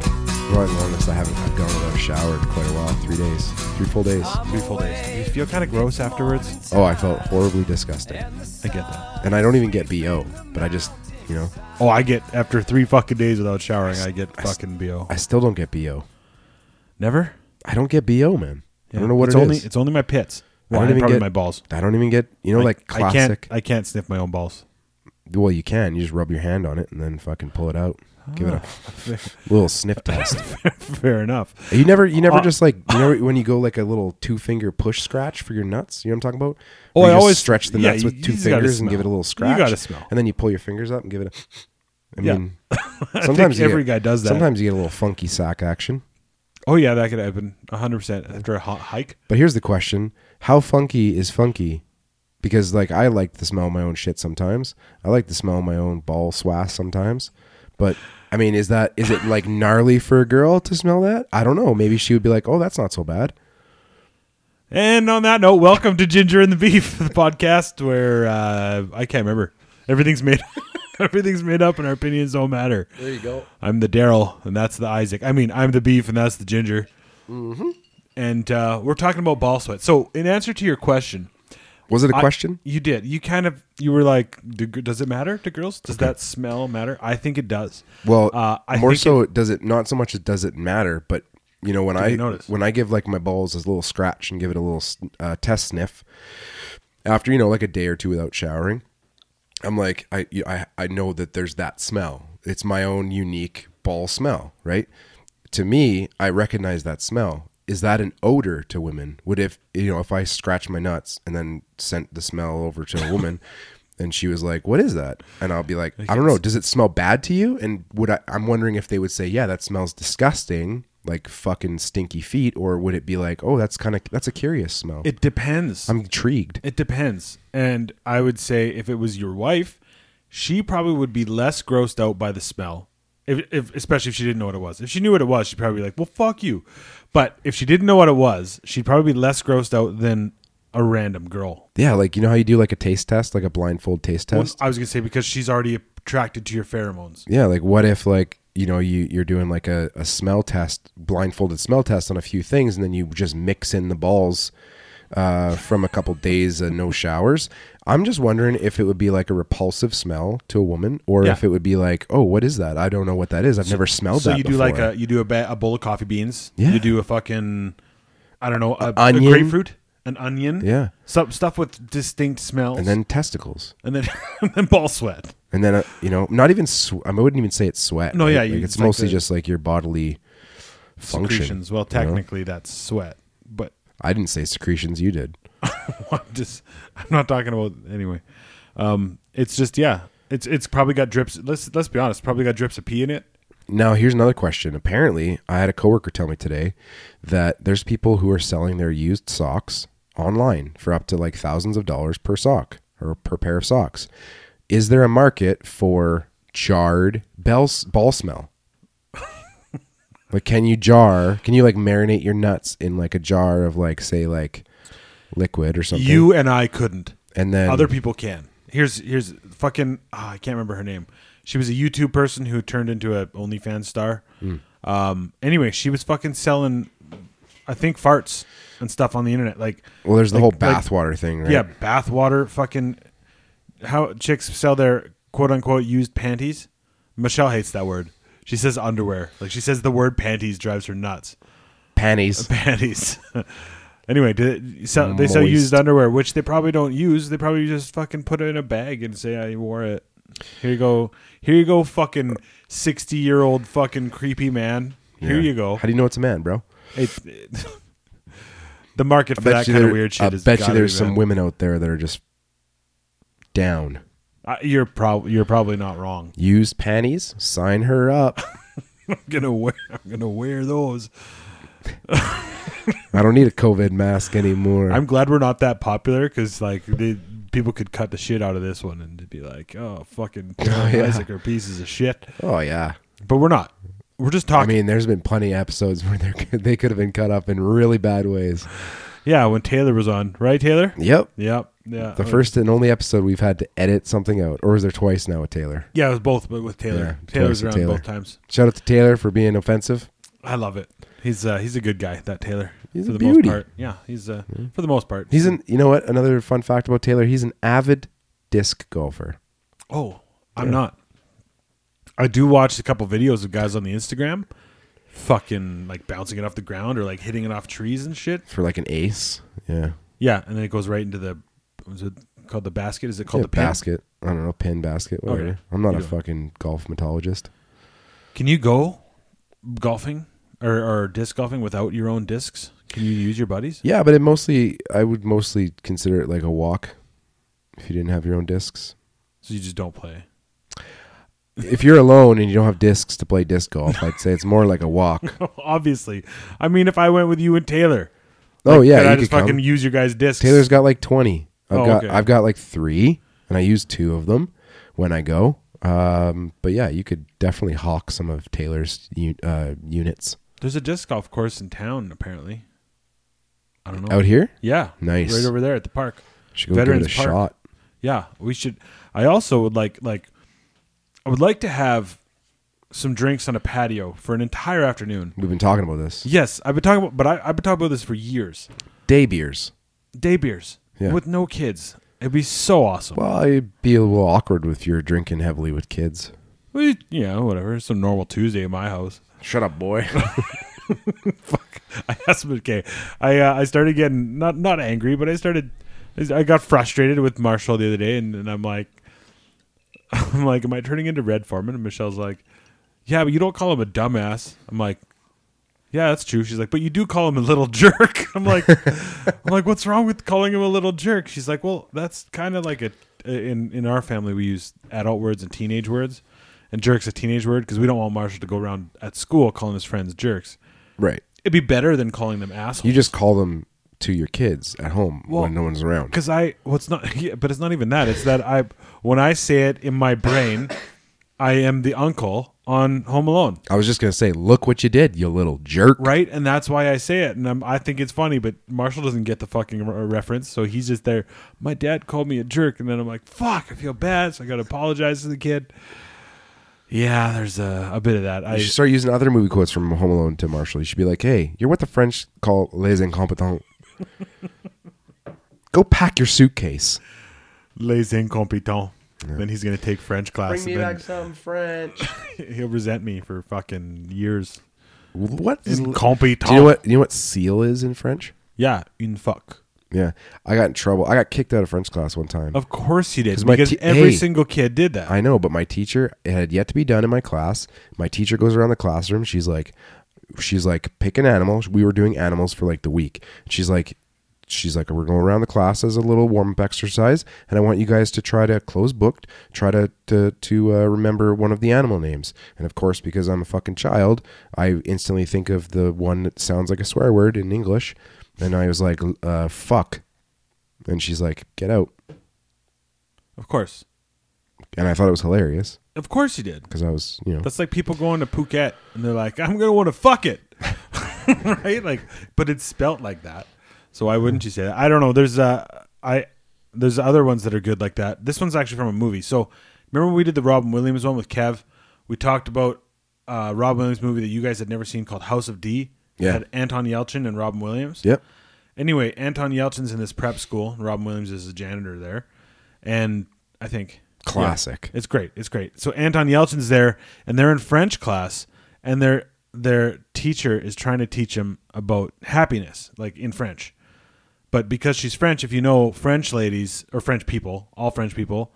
probably the longest I haven't I've gone without a shower in quite a while. Three days, three full days. Three full days. Do you feel kind of gross afterwards? Oh, I felt horribly disgusting, I get that. and I don't even get bo, but I just you know Oh, I get after three fucking days without showering, I get I s- fucking bo. I still don't get bo. Never. I don't get bo, man. I don't know what it's it only, is. It's only my pits. I Well, don't and even probably get- my balls. I don't even get you know like I can't. classic. I can't sniff my own balls. well, you can. You just rub your hand on it and then fucking pull it out. Give it Ah. a little sniff test. Fair enough. You never, you never Uh, just like you know when you go like a little two finger push scratch for your nuts. You know what I'm talking about? Oh, Where I you just always- stretch the yeah, nuts you- with you two just gotta fingers and give it a smell. little You scratch. gotta smell. and then you pull your fingers up and give it. a I Yeah. mean, I sometimes think you every get- guy does that. Sometimes you get a little funky sock action. Oh yeah, that could happen. hundred percent after a hot hike. But here's the question: How funky is funky? Because like I like the smell of my own shit sometimes. I like the smell of my own ball swass sometimes. But I mean, is that is it like gnarly for a girl to smell that? I don't know. Maybe she would be like, "Oh, that's not so bad." And on that note, welcome to Ginger and the Beef, the podcast where uh, I can't remember. Everything's made. everything's made up, and our opinions don't matter. There you go. I'm the Daryl, and that's the Isaac. I mean, I'm the beef, and that's the ginger. Mm-hmm. And uh, we're talking about ball sweat. So, in answer to your question, Was it a I- question? you did. You kind of you were like, "Do- does it matter to girls? Does that smell matter? I think it does. Well, uh, I more think so, does it not so much as does it matter, but you know when I you notice? when I give like my balls a little scratch and give it a little s- uh, test sniff after you know like a day or two without showering, I'm like I you- I I know that there's that smell. It's my own unique ball smell, right? To me, I recognize that smell. Is that an odor to women? Would if you know if I scratch my nuts and then sent the smell over to a woman, and she was like, "What is that?" and I'll be like, "I don't know. Does it smell bad to you?" And would I? I'm wondering if they would say, "Yeah, that smells disgusting, like fucking stinky feet," or would it be like, "Oh, that's kind of that's a curious smell." it depends. I'm intrigued. It depends. And I would say if it was your wife, she probably would be less grossed out by the smell. If, if, especially if she didn't know what it was. If she knew what it was, she'd probably be like, "Well, fuck you." But if she didn't know what it was, she'd probably be less grossed out than a random girl. Yeah, like you know how you do like a taste test, like a blindfold taste Well, test. I was gonna say because she's already attracted to your pheromones. Yeah, like what if like you know you you're doing like a, a smell test, blindfolded smell test on a few things, and then you just mix in the balls uh, from a couple days of no showers. I'm just wondering if it would be like a repulsive smell to a woman, or Yeah. if it would be like, oh, what is that? I don't know what that is. I've never smelled so that. you do before. like a you do a, ba- a bowl of coffee beans. Yeah. You do a fucking I don't know a, a onion. grapefruit, an onion. Yeah. Some stuff with distinct smells. and then testicles, and then and then ball sweat. and then uh, you know, not even sw- I wouldn't even say it's sweat. No, right? yeah, Like, you- it's, it's like mostly the- just like your bodily function. secretions. Well, you know? technically that's sweat, but I didn't say secretions. You did. I'm just I'm not talking about anyway. Um, it's just yeah, it's it's probably got drips. Let's let's be honest, probably got drips of pee in it. Now, here's another question. Apparently, I had a coworker tell me today that there's people who are selling their used socks online for up to like thousands of dollars per sock or per pair of socks. Is there a market for jarred bell, ball smell? like, can you jar? Can you like marinate your nuts in like a jar of like, say, like liquid or something? You and I couldn't. and then Other people can. Here's here's fucking ah, I can't remember her name. She was a YouTube person who turned into a OnlyFans star. Hmm. Um, anyway, she was fucking selling, I think farts and stuff on the internet. Like, well, there's the like- whole like- bathwater thing, right? Yeah, bathwater, fucking how chicks sell their quote unquote used panties. Michelle hates that word. She says underwear. Like she says the word panties drives her nuts. Panties. Panties. anyway, do- so- they sell Moist. used underwear, which they probably don't use. They probably just fucking put it in a bag and say, "I wore it." Here you go. Here you go, fucking sixty-year-old fucking creepy man. Here Yeah. you go. How do you know it's a man, bro? It- it- the market for that you kind of there- weird shit I is. bet you gotta there's be some bad. women out there that are just down. Uh, you're probably you're probably not wrong. Use panties, sign her up. I'm gonna wear I'm gonna wear those. I don't need a COVID mask anymore. I'm glad we're not that popular because like the people could cut the shit out of this one and be like, oh fucking Daryl and yeah. Isaac are pieces of shit. oh yeah. But we're not. We're just I talking. mean, there's been plenty of episodes where they could- they could have been cut up in really bad ways. yeah, when Taylor was on, right, Taylor? Yep. Yep. Yeah. The first and only episode we've had to edit something out, or is there twice now with Taylor? Yeah, it was both, but with Taylor. Yeah, Taylor twice was around with Taylor. both times. Shout out to Taylor for being offensive. I love it. He's uh, he's a good guy, that Taylor. He's for a the beauty. most part. Yeah, he's uh, for the most part. He's an you know what? Another fun fact about Taylor, he's an avid disc golfer. Oh, I'm not. I do watch a couple videos of guys on the Instagram, fucking like bouncing it off the ground or like hitting it off trees and shit. For like an ace. Yeah. Yeah, and then it goes right into the was it called the basket? Is it called Yeah, the pin? basket. I don't know, pin basket, whatever. Okay. I'm not You a do it. fucking golf metologist. Can you go golfing or, or disc golfing without your own discs? Can you use your buddies? Yeah, but it mostly I would mostly consider it like a walk if you didn't have your own discs. So you just don't play. If you're alone and you don't have discs to play disc golf, I'd say it's more like a walk. Obviously, I mean, if I went with you and Taylor, oh yeah, could you I just could come. fucking use your guys' discs. Taylor's got like twenty. I've Oh, got okay. I've got like three, and I use two of them when I go. Um, but yeah, you could definitely hawk some of Taylor's u- uh, units there's a disc golf course in town apparently. I don't know out here. Yeah, Nice. Oh. right over there at the park. Should go give it a Veterans Park. shot. Yeah, we should. I also would like like I would like to have some drinks on a patio for an entire afternoon. We've been talking about this. Yes, I've been talking about, but I, I've been talking about this for years. Day beers. Day beers Yeah. with no kids. It'd be so awesome. Well, it'd be a little awkward if you're drinking heavily with kids. We, yeah, whatever. It's a normal Tuesday at my house. Shut up, boy. Fuck. I asked him. Okay, I uh, I started getting not not angry, but I started. I got frustrated with Marshall the other day, and, and I'm like, I'm like, am I turning into Red Foreman? And Michelle's like, yeah, but you don't call him a dumbass. I'm like, yeah, that's true. She's like, but you do call him a little jerk. I'm like, I'm like, what's wrong with calling him a little jerk? She's like, well, that's kind of like a in in our family we use adult words and teenage words, and jerks a teenage word because we don't want Marshall to go around at school calling his friends jerks. right. It'd be better than calling them You assholes. just call them to your kids at home Well, when no one's around. Because I, well, it's not, yeah, but it's not even that. It's that I, when I say it in my brain, I am the uncle on Home Alone, I was just gonna say, look what you did, you little jerk. right? And that's why I say it, and I'm, I think it's funny. But Marshall doesn't get the fucking re- reference, so he's just there. My dad called me a jerk, and then I'm like, fuck, I feel bad, so I got to apologize to the kid. Yeah, there's a, a bit of that. I, You should start using other movie quotes from Home Alone to Marshall. You should be like, hey, you're what the French call les incompetents. Go pack your suitcase. les incompetents. Then he's gonna take French class. and then some French. he'll resent me for fucking years. What is, do Incompetent. you know what you know what seal is in French? Yeah, une fuck. Yeah. I got in trouble. I got kicked out of French class one time. Of course he did. my Because te- every hey. single kid did that. I know, but my teacher it had yet to be done in my class. My teacher goes around the classroom. She's like, she's like, pick an animal. We were doing animals for like the week. She's like, she's like, we're going around the class as a little warm up exercise, and I want you guys to try to close booked, try to to to uh, remember one of the animal names. And of course, because I'm a fucking child, I instantly think of the one that sounds like a swear word in English, and I was like, uh, fuck, and she's like, get out. of course. And I thought it was hilarious Of course he did. because I was, you know, That's like people going to Phuket and they're like, I'm gonna want to fuck it. right? Like but it's spelt like that. So why wouldn't you say that? I don't know. There's uh I there's other ones that are good like that. This one's actually from a movie. So remember when we did the Robin Williams one with Kev? We talked about uh Robin Williams movie that you guys had never seen called House of D. It Yeah. had Anton Yelchin and Robin Williams. yep. Anyway, Anton Yelchin's in this prep school. and Robin Williams is the janitor there. And I think Classic. Yeah, it's great. It's great. So Anton Yelchin's there and they're in French class and their their teacher is trying to teach him about happiness, like in French. But because she's French, if you know French ladies or French people, all French people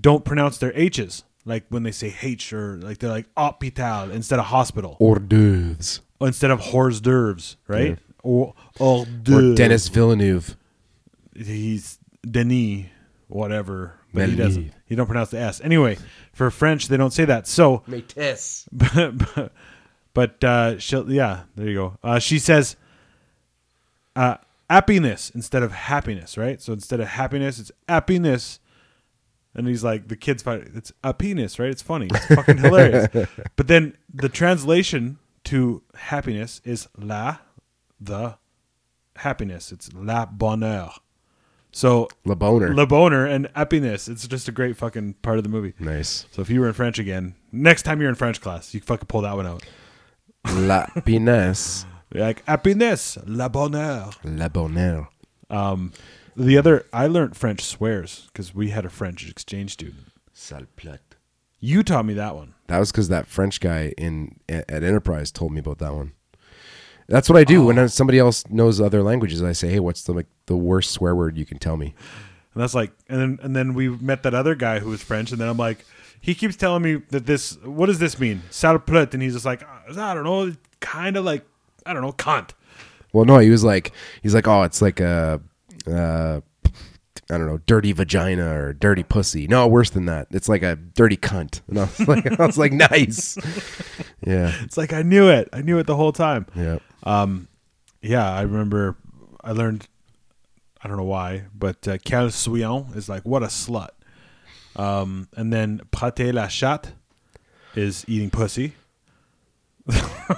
don't pronounce their H's. Like when they say H or like they're like hôpital instead of hospital, hors d'oeuvres. or instead of hors d'oeuvres, right? Or hors Or d'oeuvres Dennis Villeneuve. he's Denis, whatever. But he Denis. doesn't. He don't pronounce the s. Anyway, for French, they don't say that. So, but, but uh, she'll, yeah, there you go. Uh, she says, uh, happiness instead of happiness, right? So instead of happiness, it's happiness. And he's like, the kid's fight. It's a penis, right? It's funny. It's fucking hilarious. But then the translation to happiness is la, the happiness. It's la bonheur. So Le Boner. le bonheur and happiness. It's just a great fucking part of the movie. nice. So if you were in French again, next time you're in French class, you fucking pull that one out. La Pinesse, Like happiness, la bonheur. La Bonheur. Um, the other, I learned French swears because we had a French exchange student. Sale plate. You taught me that one. That was because that French guy in at at Enterprise told me about that one. That's what I do when somebody else knows other languages. I say, "Hey, what's the like, the worst swear word you can tell me?" And that's like, and then and then we met that other guy who was French, and then I'm like, he keeps telling me that this, what does this mean? Sale plate, and he's just like, I don't know, kind of like, I don't know, cunt. Well, no, he was like, he's like, "Oh, it's like a, uh, I don't know, dirty vagina or dirty pussy." No, worse than that. It's like a dirty cunt. And I was like, I was like, nice. Yeah, It's like I knew it, I knew it the whole time. yeah. Yeah, I remember I learned, I don't know why, but uh, quel souillon is like, what a slut. Um, and then pâté la chatte is eating pussy.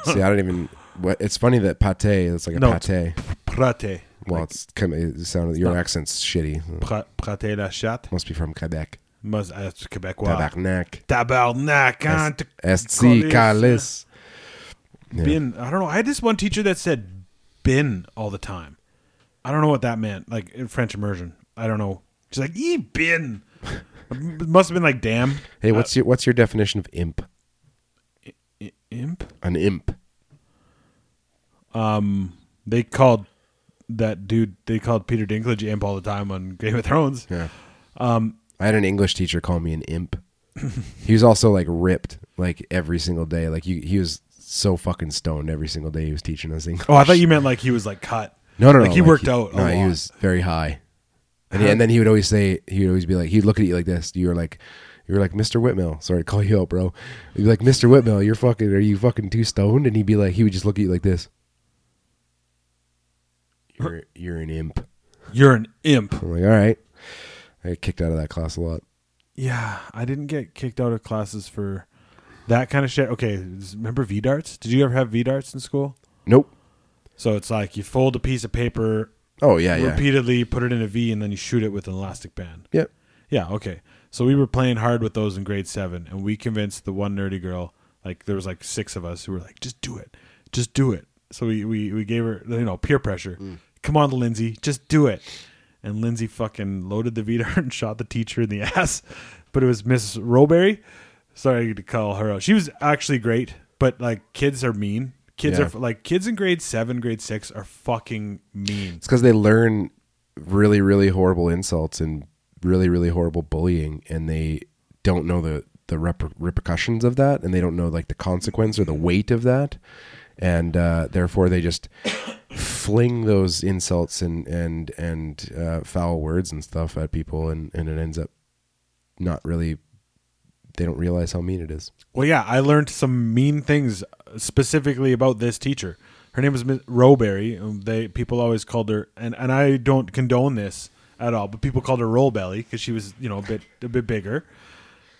See, I don't even. What it's funny that pate. It's like a No, it's- pate. Praté. Well, it's kind of it sounded your not- accent's shitty. Pra- Praté la chatte. Must be from Quebec. Must, uh, it's Quebecois. Tabarnak. Tabarnak. hein, S- t- SC calisse. Calis. Yeah. Bin. I don't know. I had this one teacher that said bin all the time. I don't know what that meant. Like in French immersion. I don't know. She's like, e bin. it must have been like damn. Hey, what's your what's your definition of imp? I- imp? An imp. um, they called that dude. They called Peter Dinklage imp all the time on Game of Thrones. Yeah. Um, I had an English teacher call me an imp. he was also like ripped like every single day. Like he, he was so fucking stoned every single day he was teaching us English. Oh, I thought you meant like he was like cut. no, no, no. Like he worked out. No, a he lot. was very high. And, he, and then he would always say, he would always be like, he'd look at you like this. You were like, you were like, Mr. Whitmill. Sorry to call you out, bro. He'd be like, Mr. Whitmill, you're fucking, are you fucking too stoned? And he'd be like, he would just look at you like this. You're, you're an imp. You're an imp. I'm like, all right. I get kicked out of that class a lot. Yeah, I didn't get kicked out of classes for that kind of shit. Okay, remember V darts? Did you ever have V darts in school? Nope. So it's like you fold a piece of paper Oh yeah, yeah. repeatedly, put it in a V, and then you shoot it with an elastic band. Yep. Yeah, okay. So we were playing hard with those in grade seven, and we convinced the one nerdy girl, like there was like six of us who were like, just do it, just do it. So we we, we gave her you know peer pressure. Come on, Lindsay, just do it. And Lindsay fucking loaded the VDAR and shot the teacher in the ass. But it was Miss Roberry. Sorry to call her out. She was actually great, but like kids are mean. Kids Yeah. are like kids in grade seven, grade six are fucking mean. It's because they learn really, really horrible insults and really, really horrible bullying, and they don't know the the reper- repercussions of that, and they don't know like the consequence or the weight of that, and uh, therefore they just fling those insults and and and uh, foul words and stuff at people, and and it ends up not really. They don't realize how mean it is. Well, yeah, I learned some mean things uh, specifically about this teacher. Her name was Miss Rowberry. and They people always called her, and, and I don't condone this at all. But people called her Rollbelly because she was, you know, a bit a bit bigger,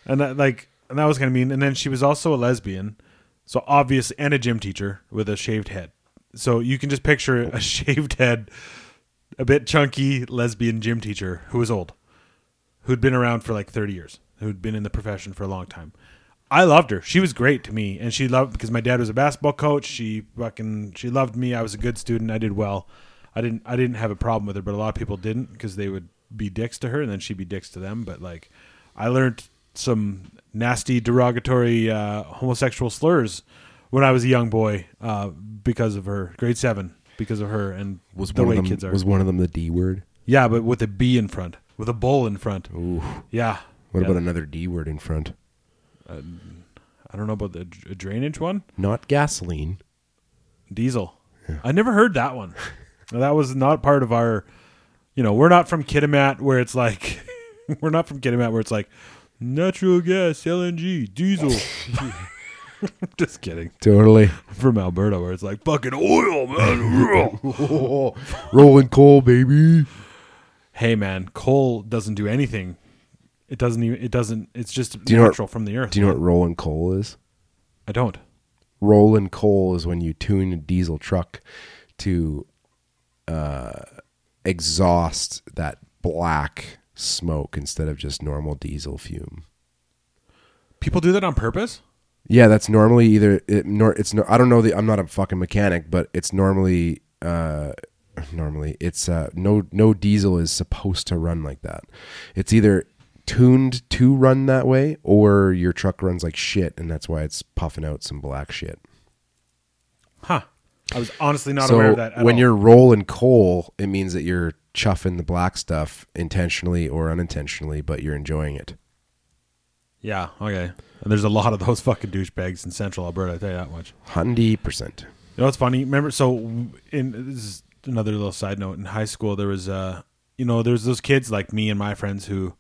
and that like and that was kind of mean. And then she was also a lesbian, so obvious, and a gym teacher with a shaved head. So you can just picture a shaved head, a bit chunky lesbian gym teacher who was old who'd been around for like 30 years, who'd been in the profession for a long time. I loved her. She was great to me, and she loved because my dad was a basketball coach. She fucking she loved me. I was a good student. I did well. I didn't I didn't have a problem with her, but a lot of people didn't because they would be dicks to her and then she'd be dicks to them. But like, I learned some nasty derogatory uh, homosexual slurs when I was a young boy uh, because of her. Grade seven because of her and the way of them, kids are. was one of them the D word? yeah, but with a B in front, with a bowl in front. Ooh. Yeah. What Yeah. about another D word in front? I don't know about the dr- drainage one. Not gasoline. Diesel. I never heard that one. Now, that was not part of our. You know, we're not from Kitimat where it's like, we're not from Kitimat where it's like, natural gas, LNG, diesel. Just kidding. Totally. From Alberta where it's like fucking oil, man. rolling coal, baby. hey man, coal doesn't do anything. It doesn't even. It doesn't. It's just you know what- natural from the earth. Do you know what rolling coal is? I don't. Rolling coal is when you tune a diesel truck to uh, exhaust that black smoke instead of just normal diesel fume. People do that on purpose. Yeah, that's normally either it, nor it's no, I don't know the I'm not a fucking mechanic, but it's normally uh normally it's uh no no diesel is supposed to run like that. It's either tuned to run that way or your truck runs like shit and that's why it's puffing out some black shit. Huh. I was honestly not so aware of that. At when all. you're rolling coal, it means that you're chuffing the black stuff intentionally or unintentionally, but you're enjoying it. yeah, okay. And there's a lot of those fucking douchebags in Central Alberta. I tell you that much. Hundred percent. You know what's funny? Remember, so in this is another little side note. In high school, there was uh, you know, there's those kids like me and my friends who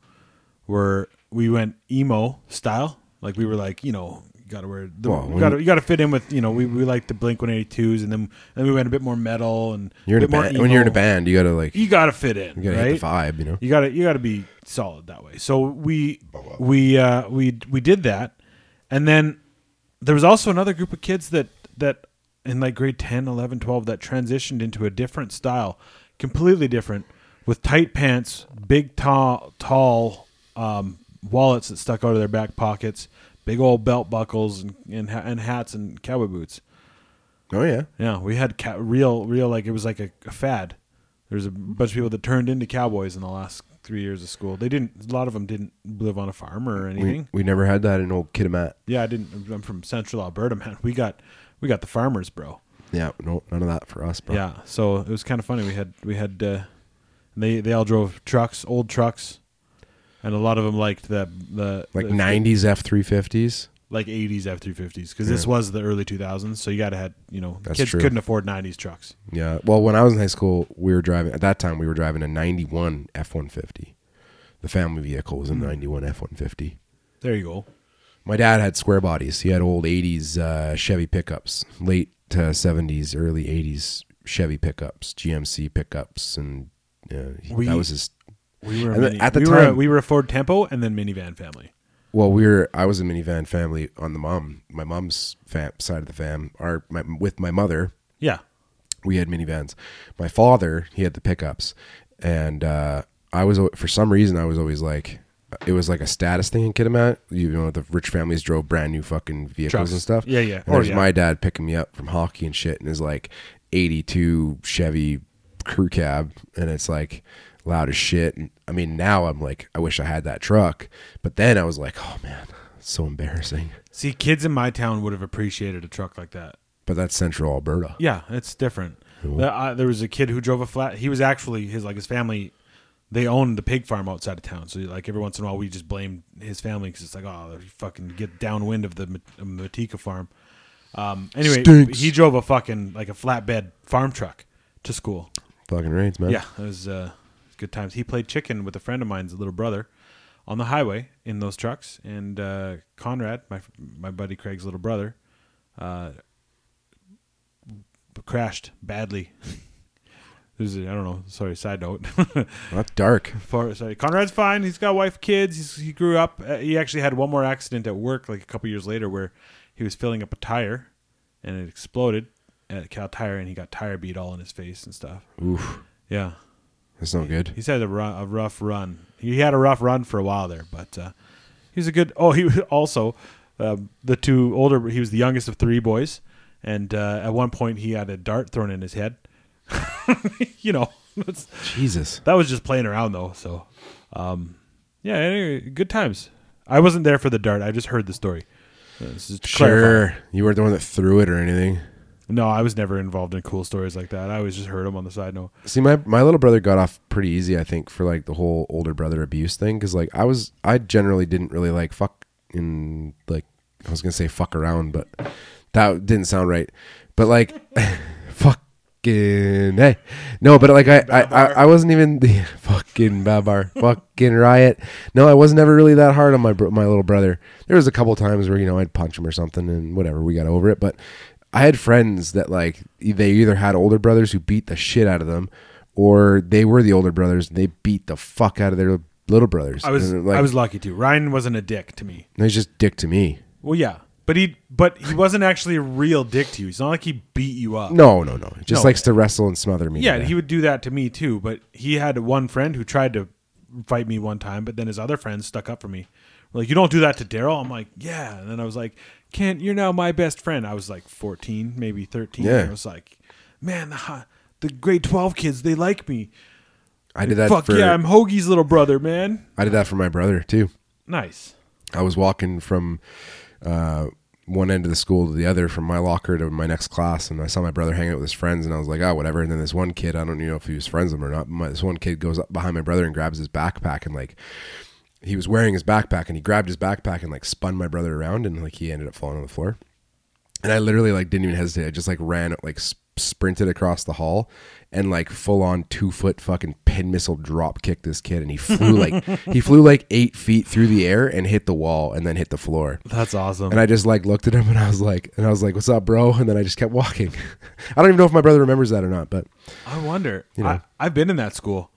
were we went emo style. Like we were like, you know, you gotta wear the, Well, you when- gotta you gotta fit in with you know we we like the Blink One Eighty Twos and then and we went a bit more metal and You're in a bit more band. When you're in a emo. E- band, you gotta like you you gotta fit in. gotta right? hit the vibe, you know. You gotta you gotta be solid that way. So we we uh, we we did that, and then there was also another group of kids that that in like grade 10, 11, 12 that transitioned into a different style, completely different, with tight pants, big tall tall um, wallets that stuck out of their back pockets, big old belt buckles and and, ha- and hats and cowboy boots. Oh yeah. Yeah, we had ca- real, real like it was like a, a fad. There was a bunch of people that turned into cowboys in the last three years of school. They didn't. A lot of them didn't live on a farm or anything. We, we never had that in old Kitimat. yeah, I didn't. I'm from Central Alberta, man. We got, we got the farmers, bro. Yeah, no, none of that for us, bro. Yeah, so it was kind of funny. We had, we had, uh, they they all drove trucks, old trucks, and a lot of them liked the the Like the- '90s F three fifties. like 80s F350s because this Yeah. was the early 2000s. So you got to had you know That's kids true. couldn't afford 90s trucks. Yeah. Well, when I was in high school, we were driving. At that time, we were driving a '91 F one fifty. The family vehicle was a '91 F one fifty. There you go. My dad had square bodies. He had old '80s uh, Chevy pickups, late uh, '70s, early '80s Chevy pickups, GMC pickups, and uh, he- We- that was his. We were a And then mini- at the we were a, time- we were a Ford Tempo and then minivan family. Well, we were. I was a minivan family on the mom, my mom's fam, side of the fam, our my, with my mother. Yeah, we had minivans. My father, he had the pickups, and uh, I was al- for some reason I was always like, it was like a status thing in Kitimat. You know, the rich families drove brand new fucking vehicles Trucks. and stuff. Yeah, yeah. And Oh, there's yeah. my dad picking me up from hockey and shit, and is like '82 Chevy crew cab, and it's like loud as shit. And I mean, now I'm like, I wish I had that truck, but then I was like, oh man, it's so embarrassing. see, kids in my town would have appreciated a truck like that. But that's Central Alberta. Yeah, it's different. The- uh, there was a kid who drove a flat. He was actually his like his family. They owned the pig farm outside of town, so like every once in a while we just blamed his family because it's like oh they fucking get downwind of the Ma- of Matika farm. Um, anyway, Stinks. he drove a fucking like a flatbed farm truck to school. Fucking rains, man. Yeah, it was uh, good times. He played chicken with a friend of mine's little brother on the highway in those trucks, and uh, Conrad, my my buddy Craig's little brother, uh, crashed badly. this is, I don't know. Sorry, side note. That's dark. For, sorry, Conrad's fine. He's got wife, kids. He's, he grew up. Uh, he actually had one more accident at work, like a couple years later, where he was filling up a tire, and it exploded at Cal Tire, and he got tire beat all in his face and stuff. Oof. Yeah. That's no good. He's had a, ru- a rough run. He had a rough run for a while there, but uh, he was a good. Oh, he was also um the two older. He was the youngest of three boys, and uh, at one point he had a dart thrown in his head. you know, that's- Jesus. that was just playing around though. So, um, yeah, anyway, good times. I wasn't there for the dart. I just heard the story. Uh, this is to clarify. Sure. You weren't the one that threw it or anything. No, I was never involved in cool stories like that. I always just heard them on the side note. See, my, my little brother got off pretty easy, I think, for like the whole older brother abuse thing. Cause like I was, I generally didn't really like fuck in, like, I was gonna say fuck around, but that didn't sound right. But like, fucking, hey. No, but like I, I, I, I wasn't even the fucking babar, fucking riot. No, I was never really that hard on my, bro- my little brother. There was a couple times where, you know, I'd punch him or something and whatever, we got over it. But I had friends that like e, they either had older brothers who beat the shit out of them, or they were the older brothers and they beat the fuck out of their little brothers. I was And, like, I was lucky too. Ryan wasn't a dick to me. they just dick to me. Well, yeah, but he but he wasn't actually a real dick to you. It's not like he beat you up. No, no, no. He Just No. likes to wrestle and smother me. Yeah, to he would do that to me too. But he had one friend who tried to fight me one time, but then his other friends stuck up for me. Like, you don't do that to Daryl. I'm like, yeah. And then I was like, Kent, you're now my best friend. I was like 14, maybe 13. Yeah. I was like, man, the, hi- the grade 12 kids, they like me. I did that Fuck for yeah, I'm Hoagie's little brother, man. I did that for my brother too. Nice. I was walking from uh, one end of the school to the other, from my locker to my next class, and I saw my brother hanging out with his friends, and I was like, oh, whatever. And then this one kid, I don't know if he was friends with him or not, my, this one kid goes up behind my brother and grabs his backpack and like. He was wearing his backpack and he grabbed his backpack and like spun my brother around and like he ended up falling on the floor. And I literally like didn't even hesitate. I just like ran like s- sprinted across the hall and like full on two foot fucking pin missile drop kicked this kid and he flew like he flew like eight feet through the air and hit the wall and then hit the floor. That's awesome. And I just like looked at him and I was like and I was like, What's up, bro? And then I just kept walking. I don't even know if my brother remembers that or not, but I wonder. know. I, I've been in that school.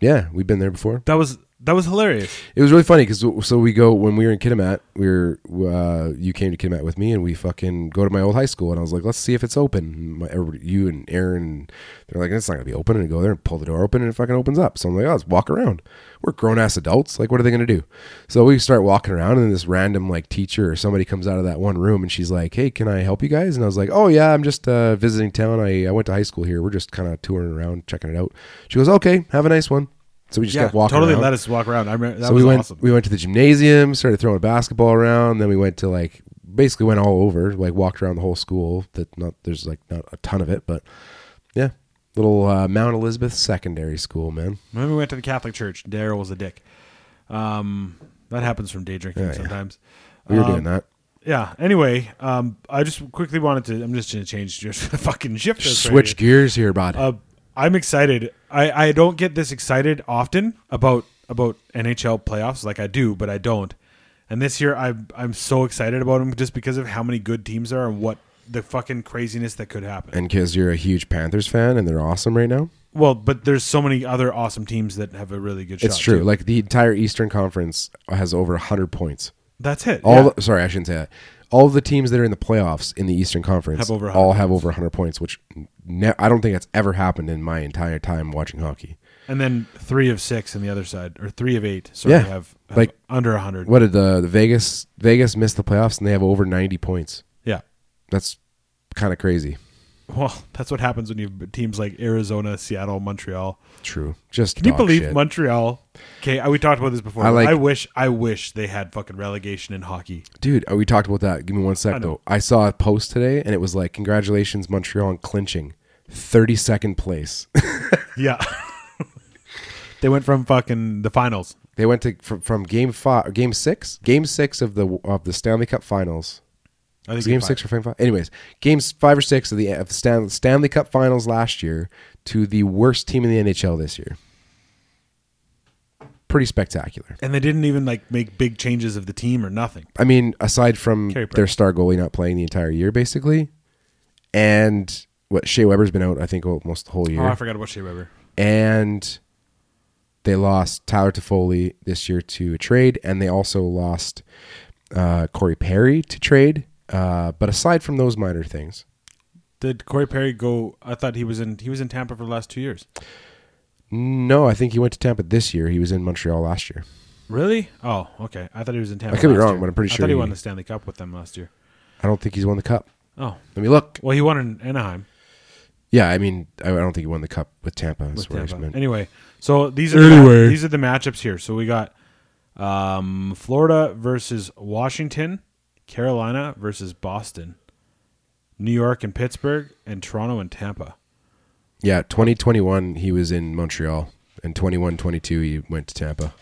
yeah, we've been there before. That was that was hilarious. It was really funny because so we go when we were in Kitimat, we were uh, you came to Kitimat with me, and we fucking go to my old high school, and I was like, let's see if it's open. And my, everybody, you and Aaron, they're like, it's not gonna be open, and I go there and pull the door open, and it fucking opens up. So I'm like, oh, let's walk around. We're grown ass adults. Like, what are they gonna do? So we start walking around, and this random like teacher or somebody comes out of that one room, and she's like, hey, can I help you guys? And I was like, oh yeah, I'm just uh, visiting town. I I went to high school here. We're just kind of touring around, checking it out. She goes, okay, have a nice one. So we just kept walking. totally around let us walk around. I remember that so was we went awesome. we went to the gymnasium, started throwing a basketball around, then we went to like basically went all over, like walked around the whole school. That not there's like not a ton of it, but yeah. Little uh, Mount Elizabeth Secondary School, man. Remember we went to the Catholic Church. Daryl was a dick. Um, that happens from day drinking Yeah, yeah. sometimes. We were Um, doing that. Yeah. Anyway, um, I just quickly wanted to. I'm just gonna change just fucking shift. this right Switch here. gears here, bud. Uh, I'm excited. I, I don't get this excited often about about NHL playoffs like I do, but I don't. And this year I'm I'm so excited about them just because of how many good teams there are and what the fucking craziness that could happen. and because you're a huge Panthers fan and they're awesome right now, Well, but there's so many other awesome teams that have a really good shot. it's true. too. Like the entire Eastern Conference has over hundred points. That's it. All yeah. the- sorry, I shouldn't say that. All the teams that are in the playoffs in the Eastern Conference Have over 100 all have over 100 points, which ne- I don't think that's ever happened in my entire time watching hockey. and then three of six on the other side, or three of eight. Sorry, Yeah. have, have Like- under hundred. What did the, the Vegas Vegas miss the playoffs and they have over 90 points? Yeah. That's kind of crazy. Well, that's what happens when you have teams like Arizona, Seattle, Montreal. True. Just Can you dog believe shit. Montreal? Okay, uh, we talked about this before. I I, like- wish, I wish they had fucking relegation in hockey. Dude, uh, we talked about that. Give me one I sec know. though. I saw a post today and it was like, "Congratulations, Montreal on clinching 32nd place." Yeah, they went from fucking the finals. They went to from, from game five, game six, game six of the of the Stanley Cup Finals. I think Was it game five. six or game five? Anyways, games five or six of the of Stan, Stanley Cup Finals last year to the worst team in the NHL this year. Pretty spectacular. and they didn't even like make big changes of the team or nothing. I mean, aside from Carey Price. their star goalie not playing the entire year, basically, and what Shea Weber's been out, I think almost the whole year, Oh, I forgot about Shea Weber. and they lost Tyler Toffoli this year to a trade, and they also lost uh, Corey Perry to trade. Uh, but aside from those minor things, Did Corey Perry go? I thought he was in. He was in Tampa for the last two years. No, I think he went to Tampa this year. He was in Montreal last year. Really? Oh, okay. I thought he was in Tampa. I could be last wrong, year. but I'm pretty I sure thought he he- won the Stanley Cup with them last year. I don't think he's won the cup. Oh, Let me look. well, he won in Anaheim Yeah, I mean, I I don't think he won the cup with Tampa. Is with what I just Tampa. meant. Anyway, so these are the- Anyway. these are the matchups here. So we got um, Florida versus Washington, Carolina versus Boston, New York and Pittsburgh, and Toronto and Tampa. Yeah, 2021 he was in Montreal, and 21 22 he went to Tampa.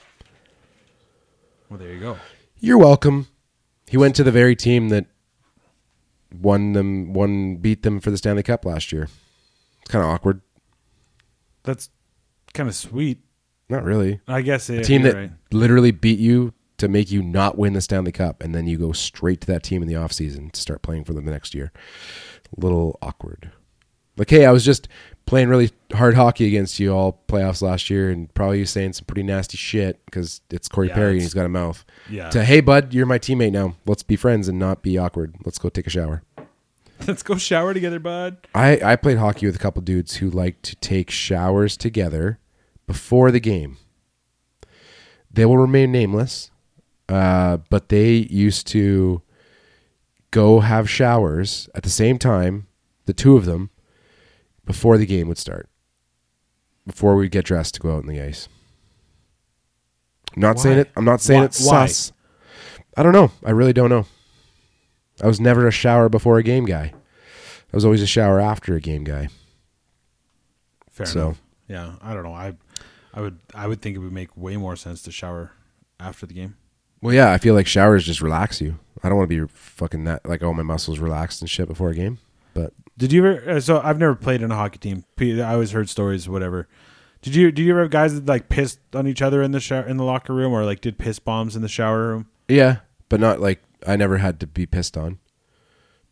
Well, there you go. You're welcome. He went to the very team that won them, won beat them for the Stanley Cup last year. It's kind of awkward. That's kind of sweet, Not really. I guess. A yeah, team you're that right. literally beat you to make you not win the Stanley Cup, and then you go straight to that team in the offseason to start playing for them the next year. A little awkward. Like, hey, I was just playing really hard hockey against you all playoffs last year, and probably you saying some pretty nasty shit because it's Corey Yeah, Perry and it's- he's got a mouth. Yeah. To hey, bud, you're my teammate now. Let's be friends and not be awkward. Let's go take a shower. Let's go shower together, bud. I I played hockey with a couple dudes who like to take showers together before the game. They will remain nameless, uh, but they used to go have showers at the same time, the two of them, before the game would start, before we get dressed to go out on the ice. I'm not saying Why? it. I'm not saying Why- it's why? sus. I don't know. I really don't know. I was never a shower before a game guy. I was always a shower after a game guy. Fair So- enough. Yeah, I don't know. I, I would, I would think it would make way more sense to shower after the game. Well, yeah, I feel like showers just relax you. I don't want to be fucking that like oh my muscles relaxed and shit before a game. But Did you ever? uh, So I've never played in a hockey team. P- I always heard stories, whatever. Did you? Do you ever have guys that like pissed on each other in the shower in the locker room, or like did piss bombs in the shower room? yeah, but not like I never had to be pissed on.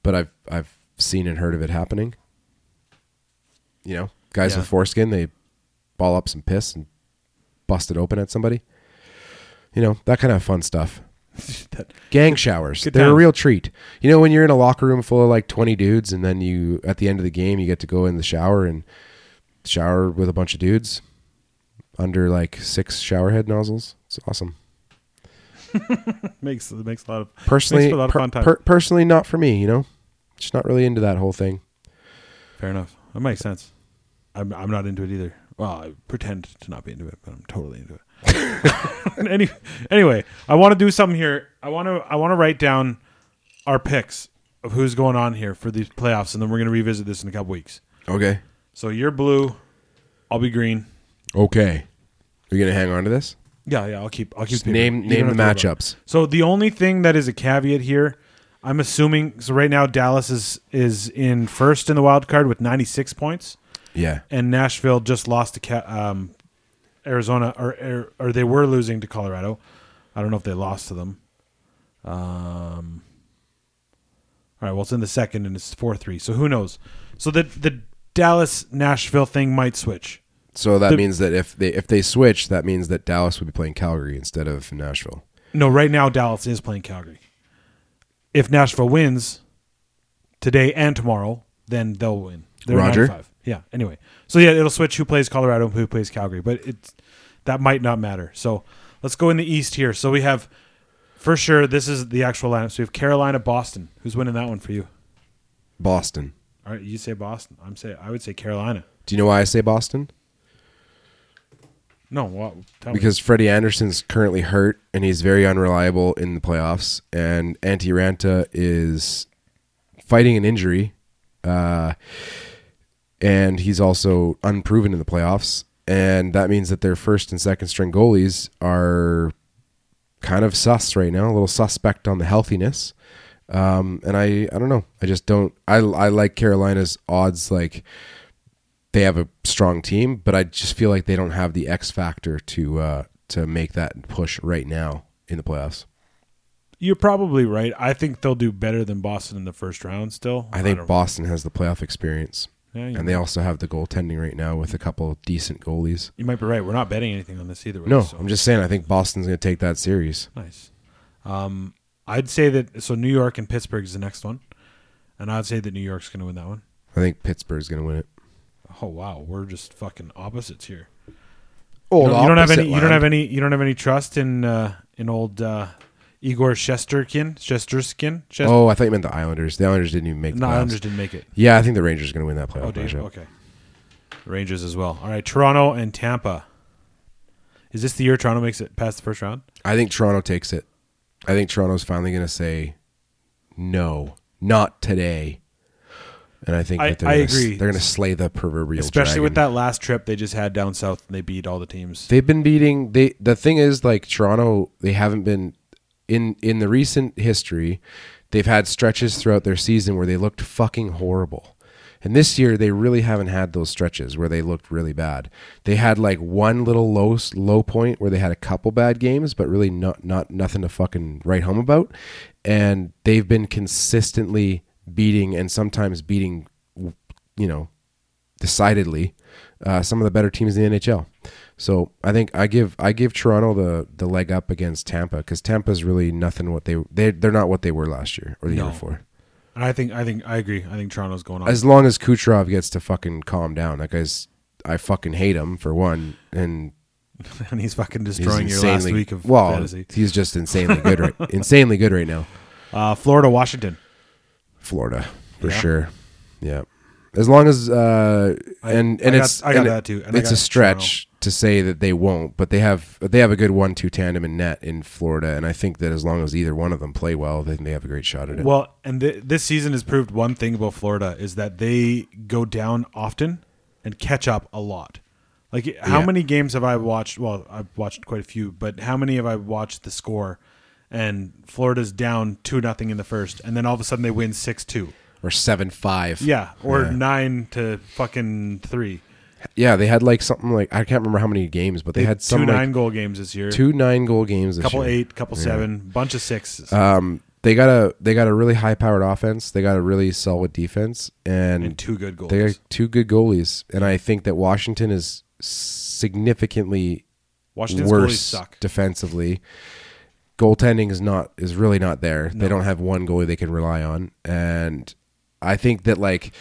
But I've I've seen and heard of it happening. You know, guys Yeah. with foreskin, they ball up some piss and bust it open at somebody. You know, that kind of fun stuff. That- Gang showers. good They're a times. real treat. You know, when you're in a locker room full of like 20 dudes and then you, at the end of the game, you get to go in the shower and shower with a bunch of dudes under like six shower head nozzles. It's awesome. makes it makes a lot of Personally, for a lot of per- fun time. per- personally, not for me, you know, just not really into that whole thing. fair enough. That makes sense. I'm I'm not into it either. Well, I pretend to not be into it, but I'm totally into it. Any, anyway, I want to do something here. I want to I want to write down our picks of who's going on here for these playoffs, and then we're gonna revisit this in a couple weeks. Okay. So you're blue, I'll be green. Okay. You're going to hang on to this? Yeah, yeah, I'll keep. I'll keep Just paper. name You name the don't have to worry about it. matchups. So the only thing that is a caveat here, I'm assuming. So right now Dallas is is in first in the wild card with 96 points, Yeah. and Nashville just lost to Ca- um, Arizona, or, or or they were losing to Colorado. I don't know if they lost to them. Um. All right. Well, it's in the second, and it's four three. So who knows? So the the Dallas Nashville thing might switch. So that The- means that if they if they switch, that means that Dallas would be playing Calgary instead of Nashville. No, right now Dallas is playing Calgary. If Nashville wins today and tomorrow, then they'll win. They're Roger. 9-5. Yeah. Anyway, so yeah, it'll switch who plays Colorado and who plays Calgary, but it's that might not matter. So let's go in the East here. So we have for sure this is the actual lineup. So we have Carolina, Boston. Who's winning that one for you? Boston. All right, you say Boston. I'm say I would say Carolina. Do you know why I say Boston? No, what? Tell me. because Freddie Anderson's currently hurt and he's very unreliable in the playoffs. And Antti Ranta is fighting an injury, uh, and he's also unproven in the playoffs. And that means that their first and second string goalies are kind of sus right now, a little suspect on the healthiness. Um, and I, I don't know. I just don't. I, I like Carolina's odds. Like they have a strong team, but I just feel like they don't have the X factor to uh, to make that push right now in the playoffs. You're probably right. I think they'll do better than Boston in the first round. Still, I think don't- Boston has the playoff experience, Yeah, you and they also have the goaltending right now with a couple of decent goalies. You might be right. We're not betting anything on this either. Way, No, so- I'm just saying. I think Boston's going to take that series. nice. Um, I'd say that so New York and Pittsburgh is the next one, and I'd say that New York's going to win that one. I think Pittsburgh's going to win it. Oh wow, we're just fucking opposites here. Oh, You don't, you don't have any. You don't have any. You don't have any trust in uh, in old uh, Igor Shesterkin. Shesterkin. Shest- Oh, I thought you meant the Islanders. The Islanders didn't even make the no, playoffs. Islanders didn't make it. Yeah, I think the Rangers are going to win that playoff Oh, did you? matchup. okay. Rangers as well. All right, Toronto and Tampa. Is this the year Toronto makes it past the first round? I think Toronto takes it. I think Toronto's finally going to say, no, not today. And I think I- that they're I gonna, s- agree. They're going to slay the proverbial Especially with dragon. that last trip they just had down south, and they beat all the teams. They've been beating. They the thing is like Toronto. They haven't been in in the recent history. They've had stretches throughout their season where they looked fucking horrible. And this year, they really haven't had those stretches where they looked really bad. They had like one little low s- low point where they had a couple bad games, but really not not nothing to fucking write home about. And they've been consistently beating and sometimes beating, w- you know, decidedly uh, some of the better teams in the NHL. So I think I give I give Toronto the the leg up against Tampa because Tampa's really nothing what they they they're not what they were last year or the No. year before. And I think I think I agree. I think Toronto's going on. As long as Kucherov gets to fucking calm down, that guy's I fucking hate him for one, and and he's fucking he's destroying your insanely last week of well, fantasy. he's just insanely good right insanely good right now. Uh, Florida, Washington. Florida for Yeah. sure. Yeah. As long as uh, and and I it's got- I got and that too, and I it's got a stretch to say that they won't, but they have they have a good one-two tandem in net in Florida, and I think that as long as either one of them play well, then they have a great shot at it. Well, and th- this season has proved one thing about Florida is that they go down often and catch up a lot. Like how Yeah. many games have I watched? Well, I've watched quite a few, but how many have I watched the score and Florida's down 2 nothing in the first and then all of a sudden they win 6-2. or seven-five. Yeah, or Yeah. 9 to fucking 3. yeah, they had like something like I can't remember how many games, but they, had some two like, 9 goal games this year. two nine-goal games. This couple year. 8, couple 7, bunch of 6s Um, they got a they got a really high-powered offense. They got a really solid defense, and two good goals. They are two good goalies, and I think that Washington is significantly Washington's goalies worse suck. defensively. Goaltending is not is really not there. They don't have one goalie they can rely on, and I think that like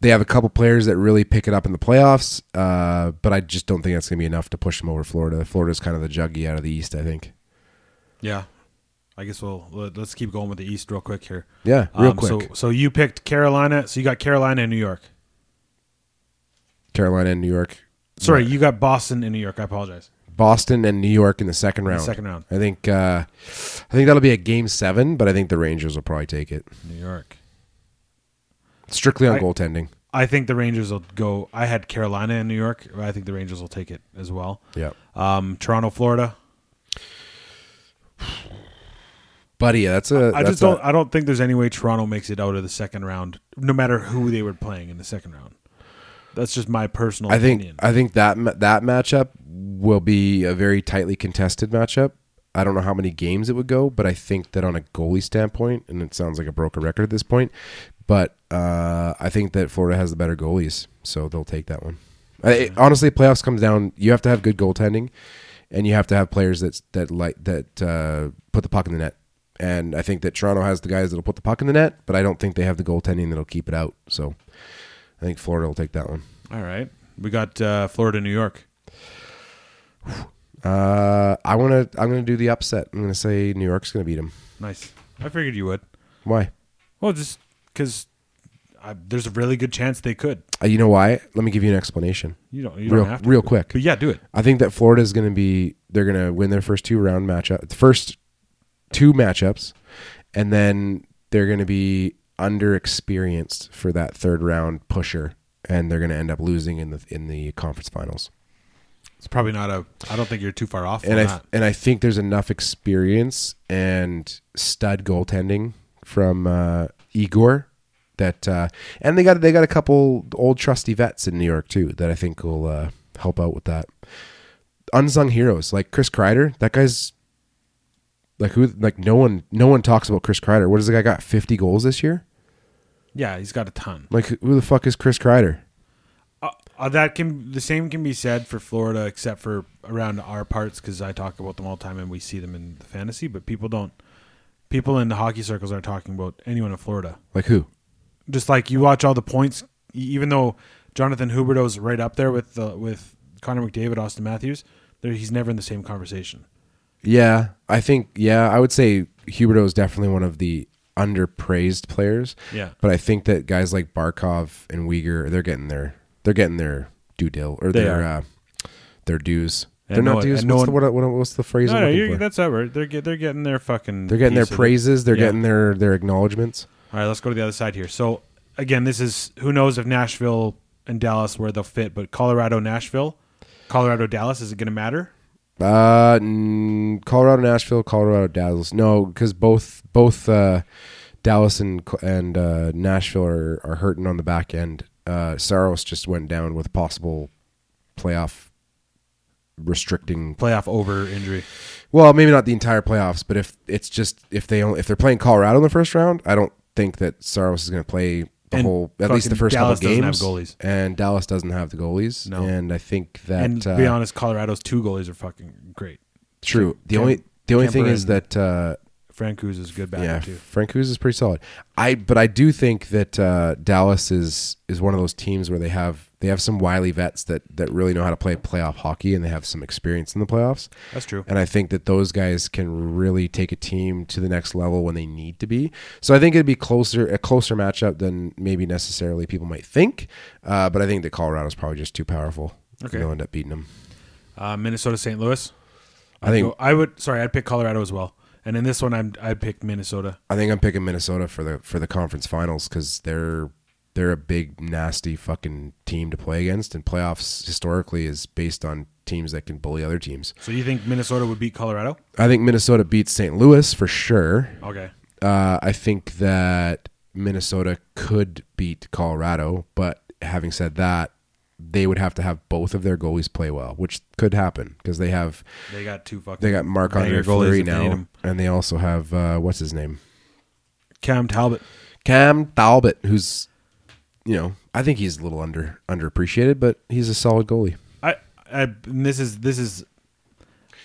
they have a couple players that really pick it up in the playoffs. Uh, but I just don't think that's going to be enough to push them over Florida. Florida's kind of the juggy out of the East, I think. Yeah. I guess we'll let- let's keep going with the East real quick here. Yeah, real Um, quick, So, so you picked Carolina. So you got Carolina and New York. Carolina and New York. Sorry, you got Boston and New York. I apologize. Boston and New York in the second round. second round. I think uh, I think that'll be a game seven, but I think the Rangers will probably take it New York. strictly on I- goaltending. I think the Rangers will go. I had Carolina and New York. I think the Rangers will take it as well. Yeah, Um, Toronto, Florida. buddy, yeah, that's a. I that's just don't. a- I I don't think there's any way Toronto makes it out of the second round, no matter who they were playing in the second round. That's just my personal. I think opinion. I think that ma- that matchup will be a very tightly contested matchup. I don't know how many games it would go, but I think that on a goalie standpoint, and it sounds like a broken record at this point, but uh, I think that Florida has the better goalies, so they'll take that one. I, it- honestly, playoffs comes down. You have to have good goaltending, and you have to have players that that like that uh, put the puck in the net. And I think that Toronto has the guys that'll put the puck in the net, but I don't think they have the goaltending that'll keep it out. So I think Florida will take that one. All right, we got uh, Florida, New York. Uh, I want to. I'm going to do the upset. I'm going to say New York's going to beat him. Nice. I figured you would. Why? Well, just because there's a really good chance they could. Uh, you know why? Let me give you an explanation. You don't. You Real, don't have to. real quick. But yeah, do it. I think that Florida is going to be. They're going to win their first two round matchup. The first two matchups, and then they're going to be underexperienced for that third round pusher, and they're going to end up losing in the in the conference finals. It's probably not a. I don't think you're too far off. and on I that. and I think there's enough experience and stud goaltending from uh, Igor that uh, and they got they got a couple old trusty vets in New York too that I think will uh, help out with that. Unsung heroes like Chris Kreider, that guy's like who like no one no one talks about Chris Kreider. What does the guy got? Fifty goals this year? yeah, he's got a ton. Like who the fuck is Chris Kreider? Uh, uh, that can the same can be said for Florida, except for around our parts because I talk about them all the time and we see them in the fantasy, but people don't. People in the hockey circles aren't talking about anyone in Florida. Like who? Just like you watch all the points, e- even though Jonathan Huberto's right up there with the with Connor McDavid, Austin Matthews, there he's never in the same conversation. Yeah, I think yeah, I would say Huberto is definitely one of the underpraised players. Yeah. but I think that guys like Barkov and Uyghur, they're getting their they're getting their due deal or They their are. uh, their dues. And they're no not one- dues. and no what's, one- the, what, what, what's the phrase? No, I'm no, looking you're, for? that's over. They're get, they're getting their fucking. They're getting their piece of it. praises. They're Yeah. getting their their acknowledgments. All right, let's go to the other side here. So again, this is who knows if Nashville and Dallas where they'll fit, but Colorado, Nashville, Colorado, Dallas, is it going to matter? Uh, mm, Colorado, Nashville, Colorado, Dallas. No, because both both uh, Dallas and Co- and uh, Nashville are, are hurting on the back end. Uh, Saros just went down with a possible playoff restricting. Playoff over injury. Well, maybe not the entire playoffs, but if it's just if they only, if they're playing Colorado in the first round, I don't think that Saros is going to play the And whole at least the fucking first Dallas couple doesn't have games. goalies. and Dallas doesn't have the goalies. No. and I think that and to uh, be honest, Colorado's two goalies are fucking great. True. The Cam- only the only Kemper thing is and- that uh, Francouz is a good batter yeah, too. Francouz is pretty solid. I but I do think that uh, Dallas is is one of those teams where they have they have some wily vets that that really know how to play playoff hockey and they have some experience in the playoffs. That's true. And I think that those guys can really take a team to the next level when they need to be. So I think it'd be closer a closer matchup than maybe necessarily people might think. Uh, but I think that Colorado's probably just too powerful. Okay. They'll end up beating them. Uh, Minnesota St. Louis. I think- I'd go- I would. Sorry, I'd pick Colorado as well. And in this one, I'm I'd pick Minnesota. I think I'm picking Minnesota for the for the conference finals because they're they're a big nasty fucking team to play against, and playoffs historically is based on teams that can bully other teams. So you think Minnesota would beat Colorado? I think Minnesota beats St. Louis for sure. Okay. Uh, I think that Minnesota could beat Colorado, but having said that, they would have to have both of their goalies play well, which could happen because they have They got two fucking. they got Marc Andre Banger goalies Fleury if they need now, 'em. and they also have uh, what's his name. Cam Talbot. Cam Talbot, who's you know, I think he's a little under underappreciated, but he's a solid goalie. I. I. and This is this is.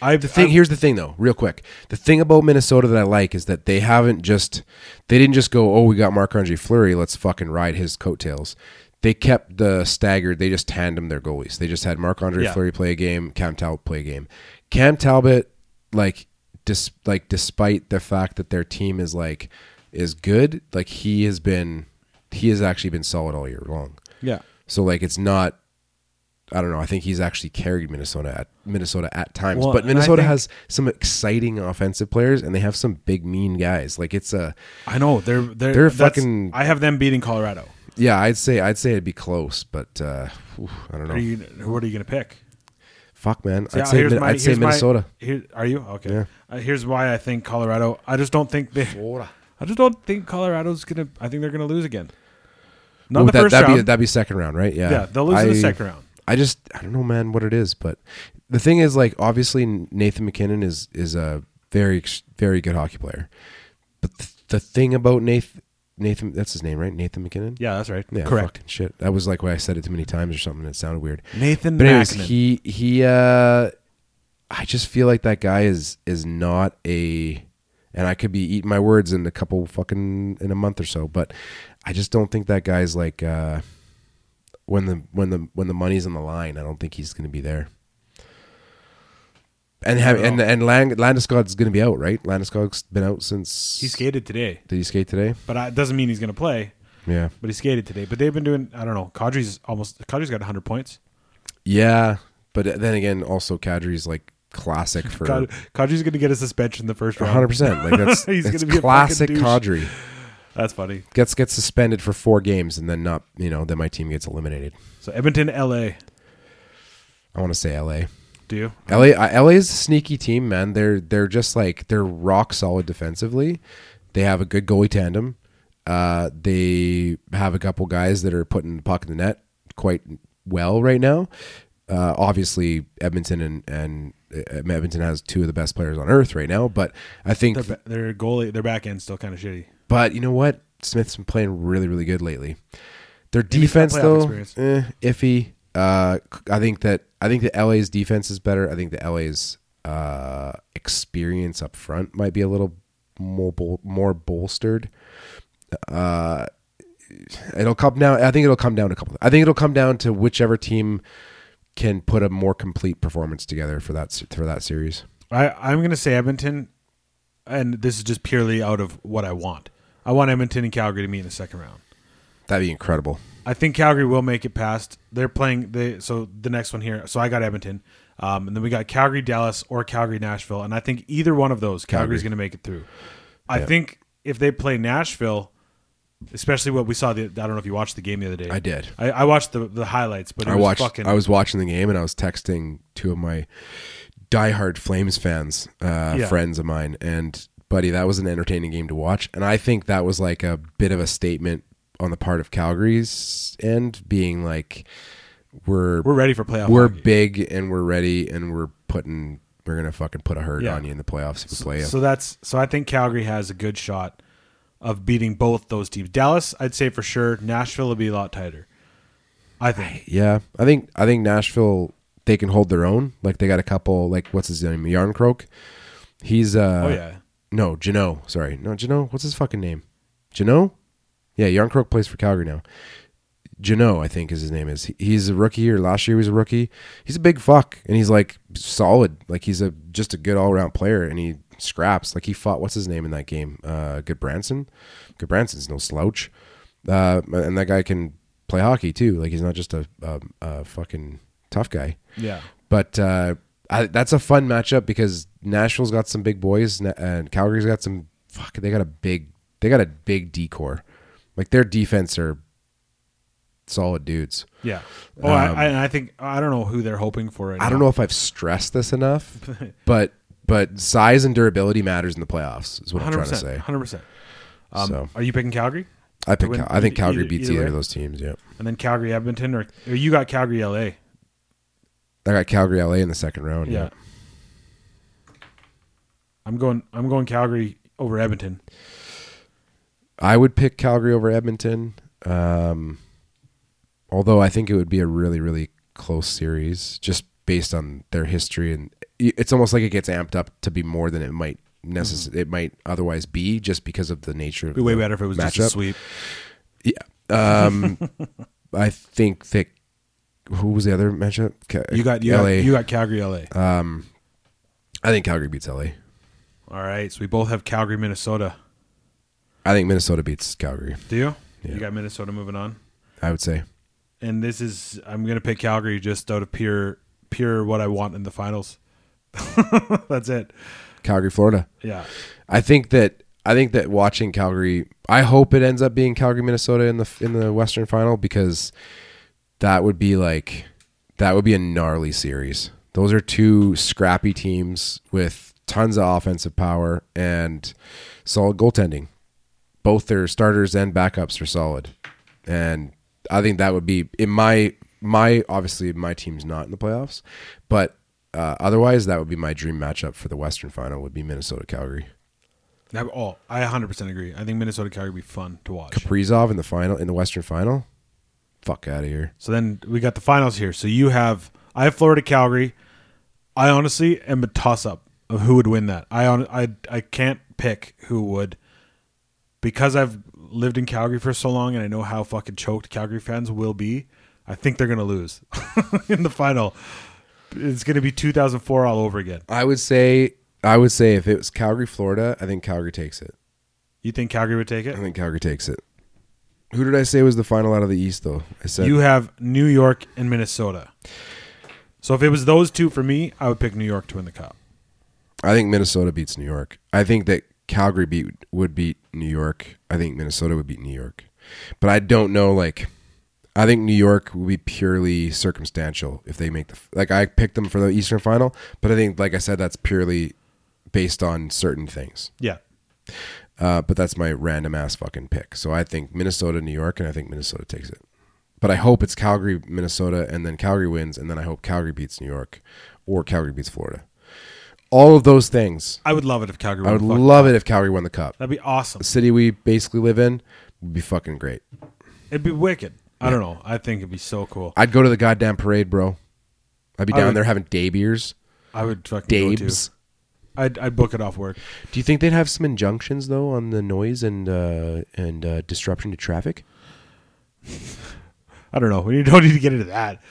I The thing here's the thing though, real quick. The thing about Minnesota that I like is that they haven't just they didn't just go, oh, we got Marc Andre Fleury, let's fucking ride his coattails. They kept the staggered. They just tandem their goalies. They just had Marc Andre Yeah. Fleury play a game, Cam Talbot play a game. Cam Talbot, like, dis, like despite the fact that their team is like is good, like he has been, he has actually been solid all year long. Yeah. So like it's not I don't know. I think he's actually carried Minnesota at Minnesota at times. Well, but and I Minnesota think- has some exciting offensive players and they have some big mean guys. Like it's a I know they're they're, They're that's- fucking- I have them beating Colorado. yeah, I'd say I'd say it'd be close, but uh whew, I don't Are know. you, what are you going to pick? Fuck man. Yeah, I'd say here's Min- my- I'd say here's my- Minnesota. here, are you okay? Yeah. Uh, here's why I think Colorado. I just don't think they. I just don't think Colorado's gonna. I think they're gonna lose again. Not Well, the that, first that'd round. be that'd be second round, right? Yeah. yeah, they'll lose in I- the second round. I just I don't know, man, what it is, but the thing is, like, obviously Nathan McKinnon is is a very ex- very good hockey player, but th- the thing about Nathan Nathan that's his name, right? Nathan McKinnon. Yeah, that's right. Yeah, Correct. fucking shit. That was like why I said it too many times or something. It sounded weird. Nathan But anyways, Mackinnon. he he. uh I just feel like that guy is is not a, and I could be eating my words in a couple fucking in a month or so, but I just don't think that guy's like uh when the when the when the money's on the line. I don't think he's going to be there. And have, and and Lang, Landeskog's going to be out, right? Landeskog's been out since He skated today, Did he skate today? but I, it doesn't mean he's gonna play. Yeah. But he skated today. But they've been doing. I don't know. Kadri's almost. Kadri's got 100 points. Yeah, but then again, also Kadri's like classic for Kad, one Kadri's gonna get a suspension the first round. hundred percent. Like that's He's that's gonna be a fucking classic douche. Kadri. That's funny. Gets gets suspended for four games and then not you know then my team gets eliminated. So Edmonton, L.A. I want to say L.A. Do you? L.A. I- L.A. is a sneaky team, man. They're they're just like they're rock solid defensively. They have a good goalie tandem. Uh, they have a couple guys that are putting the puck in the net quite well right now. Uh, obviously, Edmonton and and uh, Edmonton has two of the best players on earth right now. But I think Their, ba- their goalie, their back end's still kind of shitty. But you know what? Smith's been playing really, really good lately. Their he's got defense, playoff though, experience. eh, iffy. Uh, I think that I think the LA's defense is better. I think the LA's uh, experience up front might be a little more bol- more bolstered. Uh, it'll come down. I think it'll come down to a couple. I think it'll come down to whichever team can put a more complete performance together for that se- for that series. I, I'm going to say Edmonton, and this is just purely out of what I want. I want Edmonton and Calgary to meet in the second round. That'd be incredible. I think Calgary will make it past. They're playing the so the next one here. So I got Edmonton, um, and then we got Calgary, Dallas, or Calgary, Nashville, and I think either one of those Calgary's going to make it through. I think if they play Nashville, especially what we saw. The, I don't know if you watched the game the other day. I did. I, I watched the the highlights, but it I was watched. Fucking, I was watching the game and I was texting two of my diehard Flames fans, uh, Yeah. friends of mine, and buddy, that was an entertaining game to watch. And I think that was like a bit of a statement on the part of Calgary's end, being like, "We're we're we're, ready for playoff. hockey. big and we're ready and we're putting we're gonna fucking put a hurt Yeah. on you in the playoffs if we play you." So that's so I think Calgary has a good shot of beating both those teams. Dallas, I'd say for sure. Nashville will be a lot tighter. I think. Yeah, I think I think Nashville they can hold their own. Like they got a couple. Like what's his name, Yarncroak. He's uh oh yeah. No, Jano. Sorry. No, Jano. What's his fucking name? Jano? Yeah, Yarn Crook plays for Calgary now. Jano, I think is his name is. He- He's a rookie, or last year he was a rookie. He's a big fuck, and he's like solid. Like he's a just a good all around player, and he scraps. Like he fought what's his name in that game? Uh, Goodbranson. Goodbranson's no slouch, uh, and that guy can play hockey too. Like he's not just a, a, a fucking tough guy. Yeah. But uh, I, that's a fun matchup because Nashville's got some big boys na- and Calgary's got some. Fuck, they got a big. They got a big decor. Like their defense are solid dudes. Yeah. Oh, I, I, and I think I don't know who they're hoping for right Um, I don't know if I've stressed this enough, but but size and durability matters in the playoffs. Is what i am trying Hundred to percent. say. Hundred percent. Um, So. Are you picking Calgary? I pick. Win- Cal- I think either- Calgary either- beats e- either either of way? those teams. Yeah, And then Calgary Edmonton, or, or you got Calgary LA? Yeah. I got Calgary LA in the second round. Yeah, I'm going. I'm going Calgary over Edmonton. I would pick Calgary over Edmonton. Um, although I think it would be a really, really close series just based on their history, and i- it's almost like it gets amped up to be more than it might necess- It might otherwise be just because of the nature. of Mm-hmm. It'd be way the better if it was just a matchup. sweep. Um, I think that who was the other matchup? Ca- You got you, LA. got you got Calgary LA. Uh, I think Calgary beats LA. All right. So we both have Calgary Minnesota. I think Minnesota beats Calgary. Do you? Yeah. You got Minnesota moving on. I would say. and this is I'm gonna pick Calgary just out of pure pure what I want in the finals. That's it. Calgary, Florida. Yeah. I think that I think that watching Calgary, I hope it ends up being Calgary, Minnesota in the in the Western Final because that would be like that would be a gnarly series. Those are two scrappy teams with tons of offensive power and solid goaltending. Both their starters and backups are solid, and I think that would be in my my obviously my team's not in the playoffs, but uh, otherwise that would be my dream matchup for the Western Final would be Minnesota Calgary. That- oh, I 100 percent agree. I think Minnesota Calgary would be fun to watch. Kaprizov in the final in the Western Final. Fuck out of here. So then we got the finals here. So you have I have Florida Calgary. I honestly am a toss up of who would win that. I on I I can't pick who would because I've lived in Calgary for so long and I know how fucking choked Calgary fans will be. I think they're gonna lose in the final. It's gonna be 2004 all over again. I would say I would say if it was Calgary, Florida, I think Calgary takes it. You think Calgary would take I it? think Calgary takes it. Who did I say was the final out of the East though? I said You have New York and Minnesota. So if it was those two for me, I would pick New York to win the cup. I think Minnesota beats New York. I think that Calgary beat would beat New York. I think Minnesota would beat New York. But I don't know like I think New York will be purely circumstantial if they make the like I picked them for the Eastern final, but I think like I said that's purely based on certain things. Yeah. Uh, but that's my random ass fucking pick. So I think Minnesota, New York, and I think Minnesota takes it. But I hope it's Calgary, Minnesota, and then Calgary wins, and then I hope Calgary beats New York or Calgary beats Florida. All of those things. I would love it if Calgary I won would the fucking love it if Calgary won the cup. That'd be awesome. The city we basically live in would be fucking great. It'd be wicked. I don't know. I think it'd be so cool. I'd go to the goddamn parade, bro. I'd be I down would- there having day beers, I would fucking go dabes. to. I'd, I'd book it off work. Do you think they'd have some injunctions though on the noise and uh, and uh, disruption to traffic? I don't know. We don't need to get into that.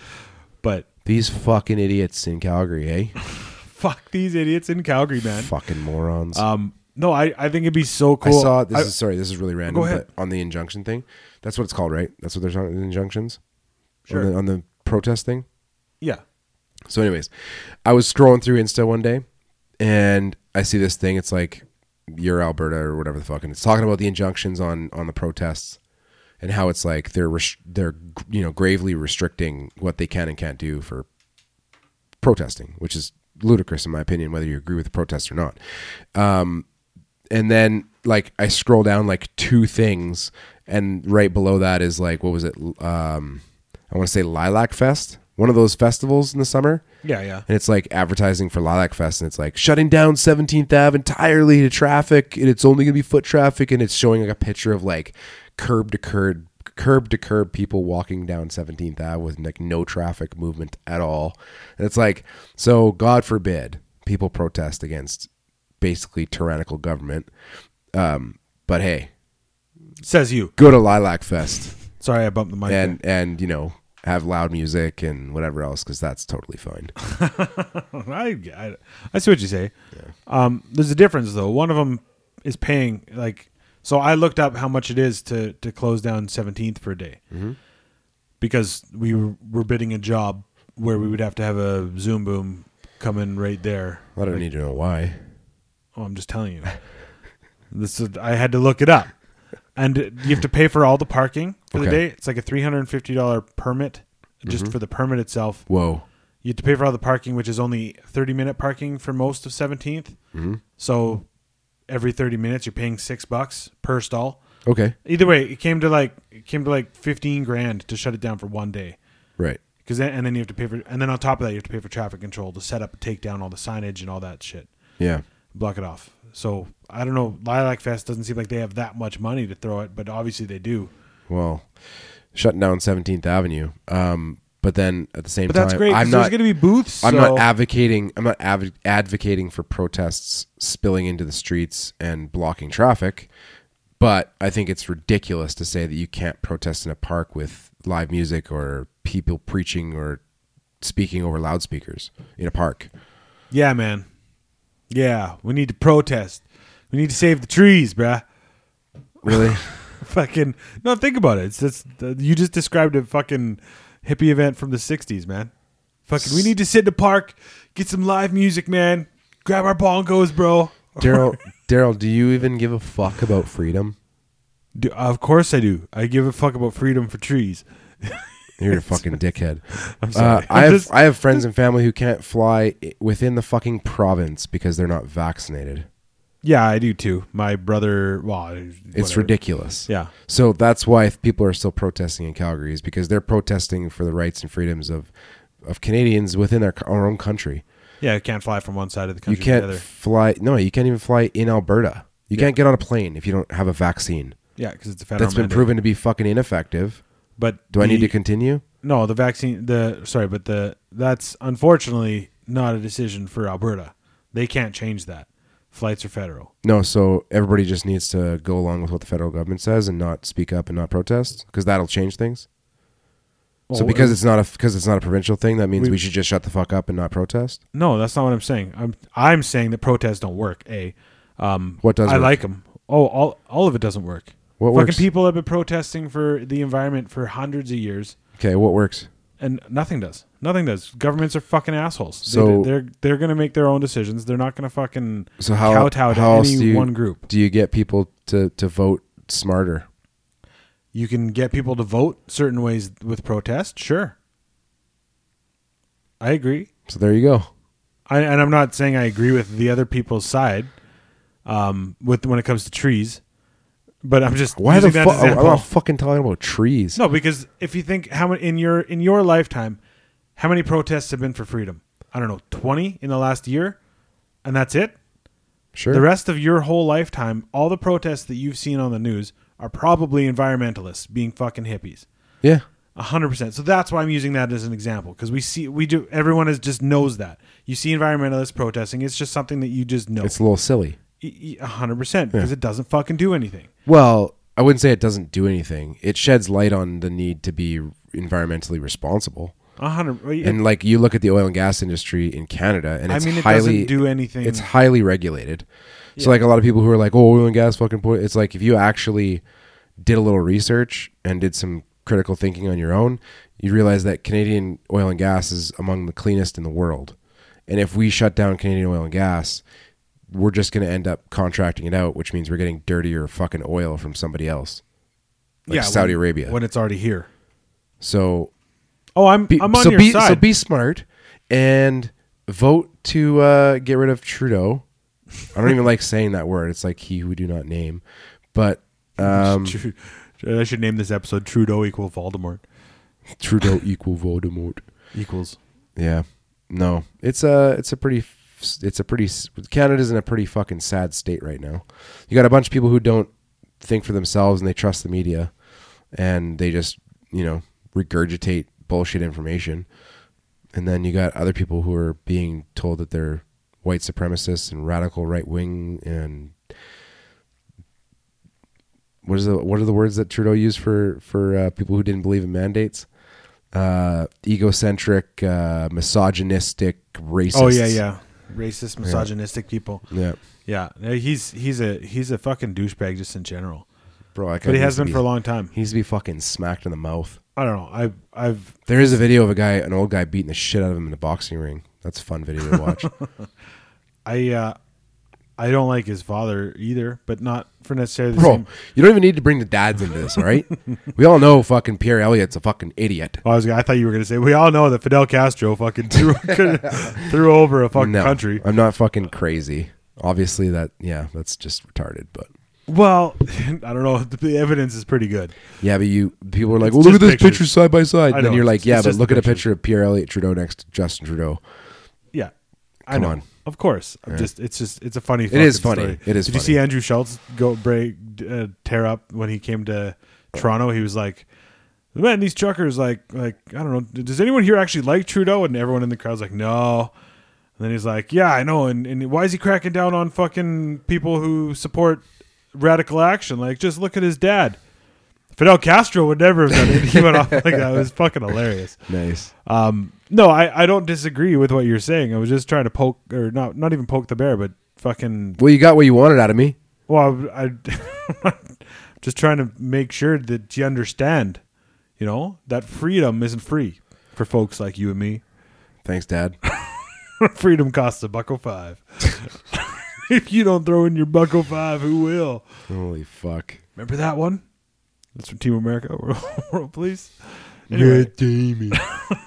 But These fucking idiots in Calgary, eh? fuck these idiots in Calgary, man. Fucking morons. Um, no, I, I think it'd be so cool. I saw this I- is sorry, this is really random, Go ahead. but on the injunction thing. That's what it's called, right? That's what they're talking injunctions? Sure. On the, on the protest thing. yeah. So anyways, I was scrolling through Insta one day and I see this thing, it's like you're Alberta or whatever the fuck, and it's talking about the injunctions on on the protests and how it's like they're res- they're you know gravely restricting what they can and can't do for protesting, which is ludicrous in my opinion, whether you agree with the protest or not. Um, and then like I scroll down like two things, and right below that is like what was it? Um, I want to say Lilac Fest, one of those festivals in the summer. Yeah, yeah. And it's like advertising for Lilac Fest, and it's like shutting down 17th Ave entirely to traffic, and it's only gonna be foot traffic, and it's showing like a picture of like curb to curb, curb to curb people walking down 17th Ave with like no traffic movement at all. And it's like, so God forbid people protest against basically tyrannical government. Um, but hey, Says you. go to Lilac Fest Sorry, I bumped the mic. there. and and you know have loud music and whatever else because that's totally fine. I, I, I see what you say. Um, there's a difference though. One of them is paying like so. I looked up how much it is to to close down 17th per day because we were, were bidding a job where we would have to have a Zoom boom come in right there. I don't need to know why. Oh, I'm just telling you. this is, I had to look it up, and you have to pay for all the parking for the Okay. day. It's like a 350 dollar permit just for the permit itself. Whoa. You have to pay for all the parking, which is only 30 minute parking for most of 17th. Mm-hmm. So every 30 minutes, you're paying six bucks per stall. Okay. Either way, it came to like it came to like 15 grand to shut it down for one day. Right. Because then, and then you have to pay for, and then on top of that, you have to pay for traffic control to set up, take down all the signage and all that shit, Yeah. block it off. So I don't know. Lilac Fest doesn't seem like they have that much money to throw it, but obviously they do. Well, shutting down 17th Avenue. Um, but then at the same But that's time, great. 'cause I'm there's not. going to be booths. I'm so- not advocating. I'm not adv- advocating for protests spilling into the streets and blocking traffic. But I think it's ridiculous to say that you can't protest in a park with live music or people preaching or speaking over loudspeakers in a park. Yeah, man. Yeah, we need to protest. We need to save the trees, bruh. Really? Fucking no, think about it. It's just uh, you just described a fucking hippie event from the '60s, man. Fucking, we need to sit in the park, get some live music, man. Grab our bongos, bro. Daryl, Daryl, do you even give a fuck about freedom? Do, of course I do. I give a fuck about freedom for trees. You're a fucking dickhead. I'm sorry. I I'm have just- I have friends and family who can't fly i- within the fucking province because they're not vaccinated. Yeah, I do too. My brother. Well, It's whatever. ridiculous. Yeah. So that's why if people are still protesting in Calgary is because they're protesting for the rights and freedoms of of Canadians within our, our own country. Yeah, you can't fly from one side of the You country to can't the other. fly. No, you can't even fly in Alberta. You can't get on a plane if you don't have a vaccine. Yeah, because it's a federal. That's been mandate. proven to be fucking ineffective. But Do I need to the- continue? No, the vaccine. The sorry, but the that's unfortunately not a decision for Alberta. They can't change that. Flights are federal. No, so everybody just needs to go along with what the federal government says and not speak up and not protest because that'll change things. so Well, because it's not a because it's not a provincial thing, that means We- we, should just shut the fuck up and not protest. no, that's not what I'm saying. I'm I'm saying that protests don't work. A, um, What does I work? like them? Oh, all all of it doesn't work. What Fucking works? people have been protesting for the environment for hundreds of years, Okay, what works? and nothing does. Nothing does. Governments are fucking assholes. So- they, they're they're gonna make their own decisions. They're not gonna fucking So how kowtow to how else any do you, one group. Do you get people to to vote smarter? You can get people to vote certain ways with protest. Sure. I agree. So there you go. I, and I'm not saying I agree with the other people's side um, with when it comes to trees, but I'm just Why the oh, using that fuck? I'm example. not fucking talking about trees. no, because if you think how many in your in your lifetime, how many protests have been for freedom? I don't know, twenty in the last year, and that's it. sure. The rest of your whole lifetime, all the protests that you've seen on the news are probably environmentalists being fucking hippies. yeah. A hundred percent. So that's why I'm using that as an example because we see we do everyone is just knows that you see environmentalists protesting. It's just something that you just know. It's a little silly. E- e- A hundred percent because it doesn't fucking do anything. Well, I wouldn't say it doesn't do anything. It sheds light on the need to be environmentally responsible. A hundred. And like you look at the oil and gas industry in Canada, and I it's mean, it highly doesn't do anything. it's highly regulated. So like a lot of people who are like, oh, oil and gas fucking point. It's like if you actually did a little research and did some critical thinking on your own, you realize that Canadian oil and gas is among the cleanest in the world. And if we shut down Canadian oil and gas, we're just going to end up contracting it out, which means we're getting dirtier fucking oil from somebody else, like Yeah, Saudi when- Arabia. when it's already here. so Oh, I'm be, I'm on so your be side. so be smart and vote to uh, get rid of Trudeau. I don't even like saying that word. It's like he who do not name, but um, Tru- I should name this episode Trudeau equal Voldemort Trudeau equal Voldemort. equals. Yeah, no, it's a it's a pretty f- it's a pretty s- Canada's in a pretty fucking sad state right now. You got a bunch of people who don't think for themselves and they trust the media, and they just you know regurgitate bullshit information, and then you got other people who are being told that they're white supremacists and radical right wing and what is the what are the words that Trudeau used for for uh, people who didn't believe in mandates? Uh, egocentric, uh, misogynistic, racist. Oh yeah, yeah. Racist, misogynistic people. yeah, Yeah, No, he's he's a he's a fucking douchebag just in general. bro. That guy But he needs has to been be- for a long time. He needs to be fucking smacked in the mouth. I don't know. I've I've There is a video of a guy, an old guy, beating the shit out of him in a boxing ring. That's a fun video to watch. I uh, I don't like his father either, but not for necessarily the Bro, same. you don't even need to bring the dads into this, all right? we all know fucking Pierre Elliott's a fucking idiot. Oh, I was. I thought you were gonna say we all know that Fidel Castro fucking threw threw over a fucking No, country. I'm not fucking crazy. Obviously, that yeah, that's just retarded. But Well, I don't know. The evidence is pretty good. yeah, but you people are like, It's well, look at just this pictures. picture side by side, I and then know, you're like, it's- yeah, it's but just look at a pictures. picture of Pierre Elliott Trudeau next to Justin Trudeau. Yeah, I Come know. on. Of course, I'm just it's just it's a funny. It is funny. It is Did you funny. see Andrew Schultz go break uh, tear up when he came to Toronto? He was like, "Man, these truckers like like I don't know. Does anyone here actually like Trudeau?" And everyone in the crowd's like, "No." And then he's like, "Yeah, I know." And and why is he cracking down on fucking people who support radical action? Like, just look at his dad. Fidel Castro would never have done it. He went off like that. It was fucking hilarious. Nice. Um, no, I, I don't disagree with what you're saying. I was just trying to poke, or not not even poke the bear, but fucking. Well, you got what you wanted out of me. Well, I, I just trying to make sure that you understand, you know, that freedom isn't free for folks like you and me. Thanks, Dad. freedom costs a buckle five. if you don't throw in your buckle five, who will? Holy fuck. Remember that one? That's from Team America, World, World Police. Anyway.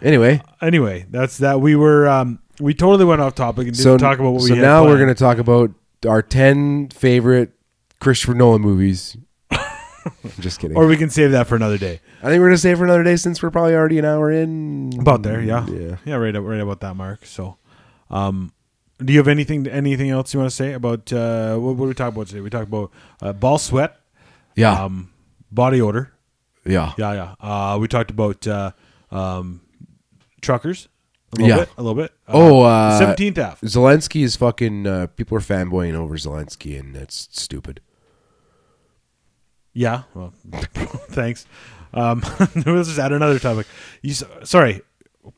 Anyway, anyway, that's that. We were um, we totally went off topic and didn't so talk about what we. so had now we're planned. gonna talk about our ten favorite Christopher Nolan movies. Just kidding. or we can save that for another day. I think we're gonna save it for another day since we're probably already an hour in. About there, yeah, Mm, Yeah. yeah, right, right about that mark. So, um, do you have anything, anything else you want to say about uh, what, what did we talk about today? We talked about uh, ball sweat, Yeah. um, body odor, yeah. yeah, yeah. Uh, we talked about uh, um, truckers, a little Yeah. bit, a little bit. Oh, uh, seventeenth half. Zelensky is fucking. Uh, people are fanboying over Zelensky, and it's stupid. Yeah. Well, thanks. Um, let's just add another topic. You s- sorry.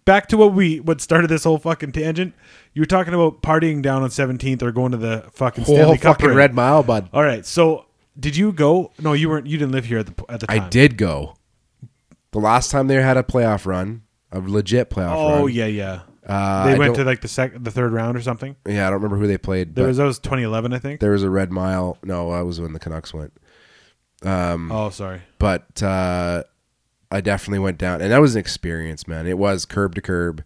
Back to what we what started this whole fucking tangent. You were talking about partying down on Seventeenth or going to the fucking Stanley Whole Cup fucking parade. Red Mile, bud. All right. So did you go? No, you weren't. You didn't live here at the at the I time. did go. The last time they had a playoff run, a legit playoff run. Oh yeah, yeah. Uh, they I went to don't- like the second, the third round or something. Yeah, I don't remember who they played. There but was that was 2011, I think. there was a Red Mile. No, that was when the Canucks went. Oh, sorry. but uh, I definitely went down, and that was an experience, man. It was curb to curb.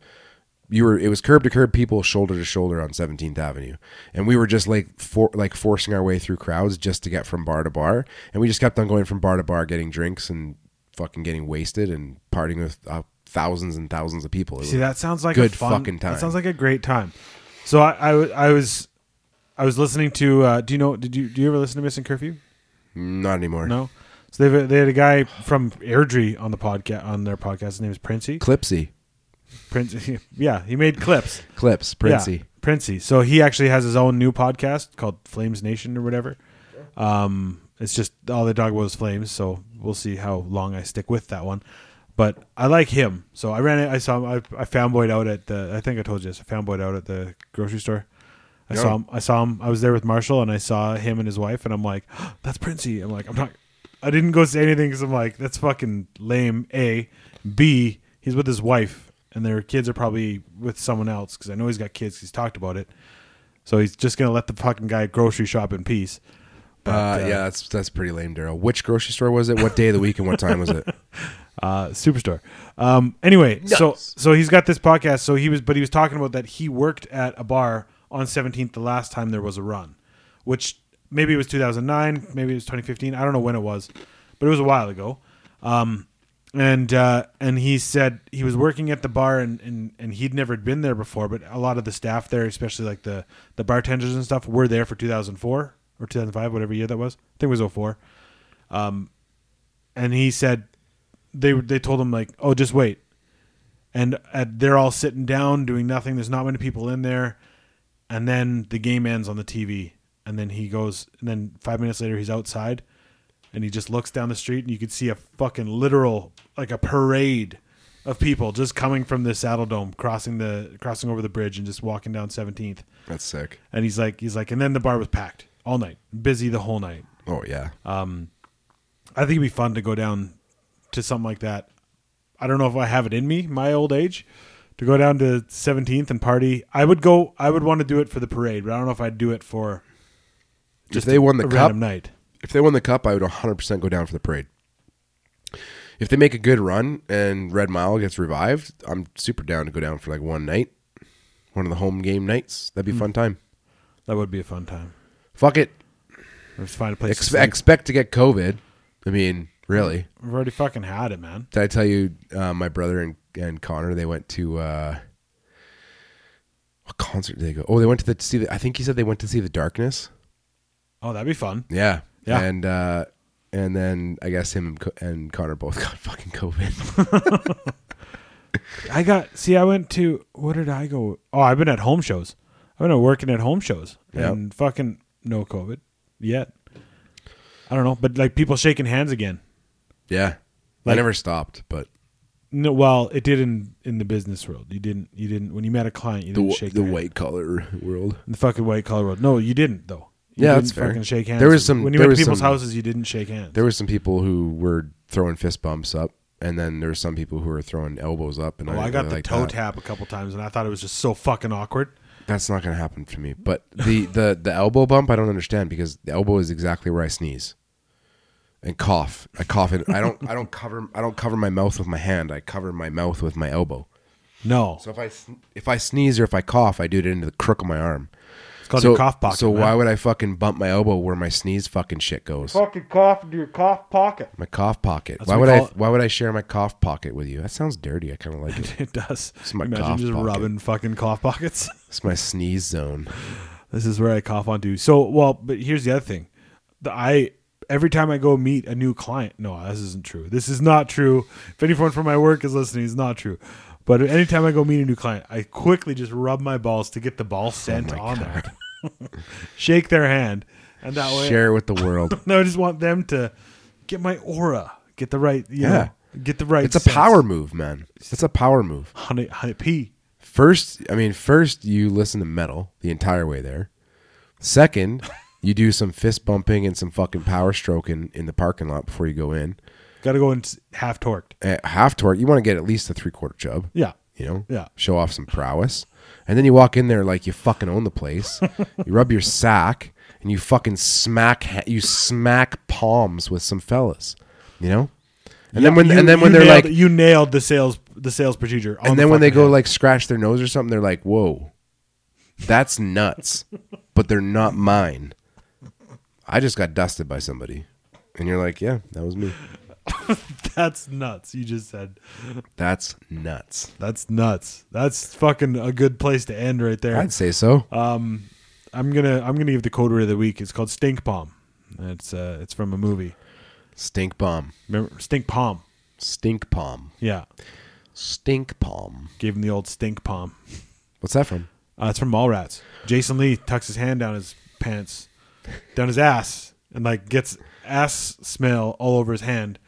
You were it was curb to curb people, shoulder to shoulder on Seventeenth Avenue, and we were just like for like forcing our way through crowds just to get from bar to bar, and we just kept on going from bar to bar, getting drinks and fucking getting wasted and partying with uh, thousands and thousands of people. It See, was- that sounds like good a fun, fucking time. That sounds like a great time. So I, I, w- I was, I was listening to. Uh, do you know? Did you do you ever listen to Missing Curfew? Not anymore. No. So they have they had a guy from Airdrie on the podcast on their podcast. His name is Princey. Clipsy, Prince, yeah, he made clips. Clips, Princey. Yeah, Princey. So he actually has his own new podcast called Flames Nation or whatever. Um, it's just all the dog was flames. So we'll see how long I stick with that one. But I like him. So I ran. it- I saw him. I, I fanboyed out at the. I think I told you this. I fanboyed out at the grocery store. I Yeah. saw him. I saw him. I was there with Marshall, and I saw him and his wife, and I'm like, "Ah, "That's Princey." I'm like, I'm not. I didn't go say anything because I'm like, that's fucking lame. A, B. He's with his wife, and their kids are probably with someone else because I know he's got kids. 'cause he's talked about it, so he's just gonna let the fucking guy grocery shop in peace. But, Uh, yeah, that's that's pretty lame, Daryl. Which grocery store was it? What day of the week and what time was it? uh, superstore. Um, anyway, so so he's got this podcast. So he was, but he was talking about that he worked at a bar on Seventeenth the last time there was a run, which maybe it was 2009, maybe it was 2015. I don't know when it was, but it was a while ago. Um, and uh, and he said he was working at the bar and, and and he'd never been there before, but a lot of the staff there, especially like the the bartenders and stuff, were there for 2004 or 2005, whatever year that was. I think it was 04 and he said they they told him like, "Oh, just oh, wait." and at, they're all sitting down doing nothing. There's not many people in there, and then the game ends on the TV, and then he goes, and then five minutes later he's outside, and he just looks down the street, and you could see a fucking literal like a parade of people just coming from the Saddle Dome, crossing the crossing over the bridge, and just walking down Seventeenth. That's sick. And he's like, he's like, and then the bar was packed all night, busy the whole night. Oh yeah. Uh, I think it'd be fun to go down to something like that. I don't know if I have it in me, my old age, to go down to 17th and party. I would go. I would want to do it for the parade, but I don't know if I'd do it for if they won the a cup, random night. if they won the cup, I would 100% go down for the parade. If they make a good run and Red Mile gets revived, I'm super down to go down for like one night, one of the home game nights. That'd be a fun time. That would be a fun time. Fuck it. Let's find a place. to Ex- sleep. expect to get COVID. I mean, really. We've already fucking had it, man. Did I tell you uh, my brother and, and Connor they went to uh, what concert did they go? Oh, they went to the to see. The, I think he said they went to see the Darkness. Oh, that'd be fun. Yeah, Yeah. And uh, and then I guess him and, Co- and Connor both got fucking COVID. I got. See, I went to. What did I go? Oh, I've been at home shows. I've been working at home shows Yep. and fucking no COVID yet. I don't know, but like people shaking hands again. yeah, I Like- never stopped, but No, well, it did in in the business world. You didn't. You didn't. When you met a client, you the didn't w- shake the their hand. white collar world. In the fucking white collar world. No, you didn't though. You Yeah, didn't that's fair. Fucking shake hands. There was some- when you there went was to people's some- houses, you didn't shake hands. There were some people who were throwing fist bumps up, and then there were some people who were throwing elbows up. And oh, I, I didn't got really the like toe that. tap a couple times, and I thought it was just so fucking awkward. That's not going to happen for me. But the, the, the elbow bump, I don't understand because the elbow is exactly where I sneeze and cough. I cough and I don't I don't cover I don't cover my mouth with my hand. I cover my mouth with my elbow. No, So if I sn- if I sneeze or if I cough, I do it into the crook of my arm. it's called so your cough pocket. so man. why would I fucking bump my elbow where my sneeze fucking shit goes? fucking cough into your cough pocket? My cough pocket. Why what would we I? call it. Why would I share my cough pocket with you? That sounds dirty. I kind of like it. It does. It's my Imagine cough just pocket. rubbing fucking cough pockets. It's my sneeze zone. this is where I cough onto. So well, but here's the other thing. The, I every time I go meet a new client. No, this isn't true. This is not true. If anyone from my work is listening, it's not true. But anytime I go meet a new client, I quickly just rub my balls to get the ball scent Oh my on there, shake their hand, and that way. Share it with the world. No, I just want them to get my aura, get the right, you Yeah. know, get the right. It's a power move, man. It's a power move. honey, honey pee. First, I mean, first you listen to metal the entire way there. Second, you do some fist bumping and some fucking power stroking in the parking lot before you go in. Got to go in s- half torqued. At half torque, you want to get at least a three quarter chub. Yeah, You know, Yeah. show off some prowess, and then you walk in there like you fucking own the place. you rub your sack and you fucking smack ha- you smack palms with some fellas. You know, and then when You- and then when you they're nailed, like you nailed the sales the sales procedure. on and the then when they fucking go head. like scratch their nose or something, they're like, "Whoa, that's nuts," but they're not mine. I just got dusted by somebody, and you're like, "Yeah, that was me. that's nuts. You just said That's nuts." that's nuts. That's fucking a good place to end right there. I'd say so. Uh, I'm gonna I'm gonna give the code word of the week. It's called stink bomb. It's uh it's from a movie. stink bomb, Remember stink palm? stink palm, Yeah, stink palm. gave him the old stink palm. What's that from? Uh, it's from Mallrats. Jason Lee tucks his hand down his pants, down his ass, and like gets ass smell all over his hand,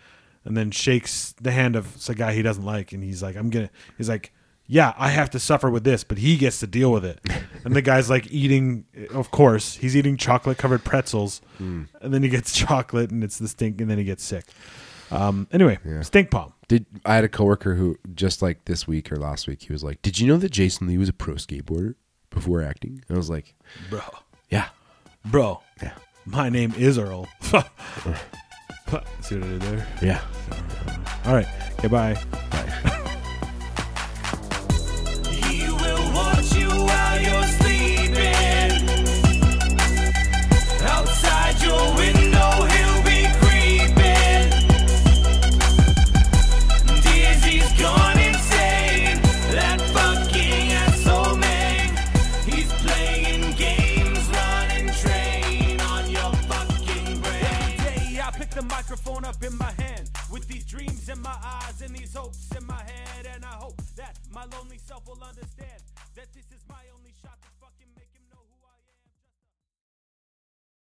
and then shakes the hand of s- a guy he doesn't like, and he's like, "I'm gonna." He's like, "Yeah, I have to suffer with this, but he gets to deal with it." and the guy's like eating, uh, of course, he's eating chocolate covered pretzels, and then he gets chocolate, and it's the stink, and then he gets sick. Um. Anyway, stink palm. Did I had a coworker who just like this week or last week, he was like, "Did you know that Jason Lee was a pro skateboarder before acting?" And I was like, Bro, "Yeah, bro, yeah, my name is Earl. See what I did there. yeah." All right. Okay, bye. He will watch you while you're sleeping. Outside your window, he'll be creeping. Dizzy's gone insane. That fucking asshole man. He's playing games, running train on your fucking brain. day I picked the microphone up in my hand. With these dreams in my eyes and these hopes in my head, and I hope that my lonely self will understand that this is my only shot. To-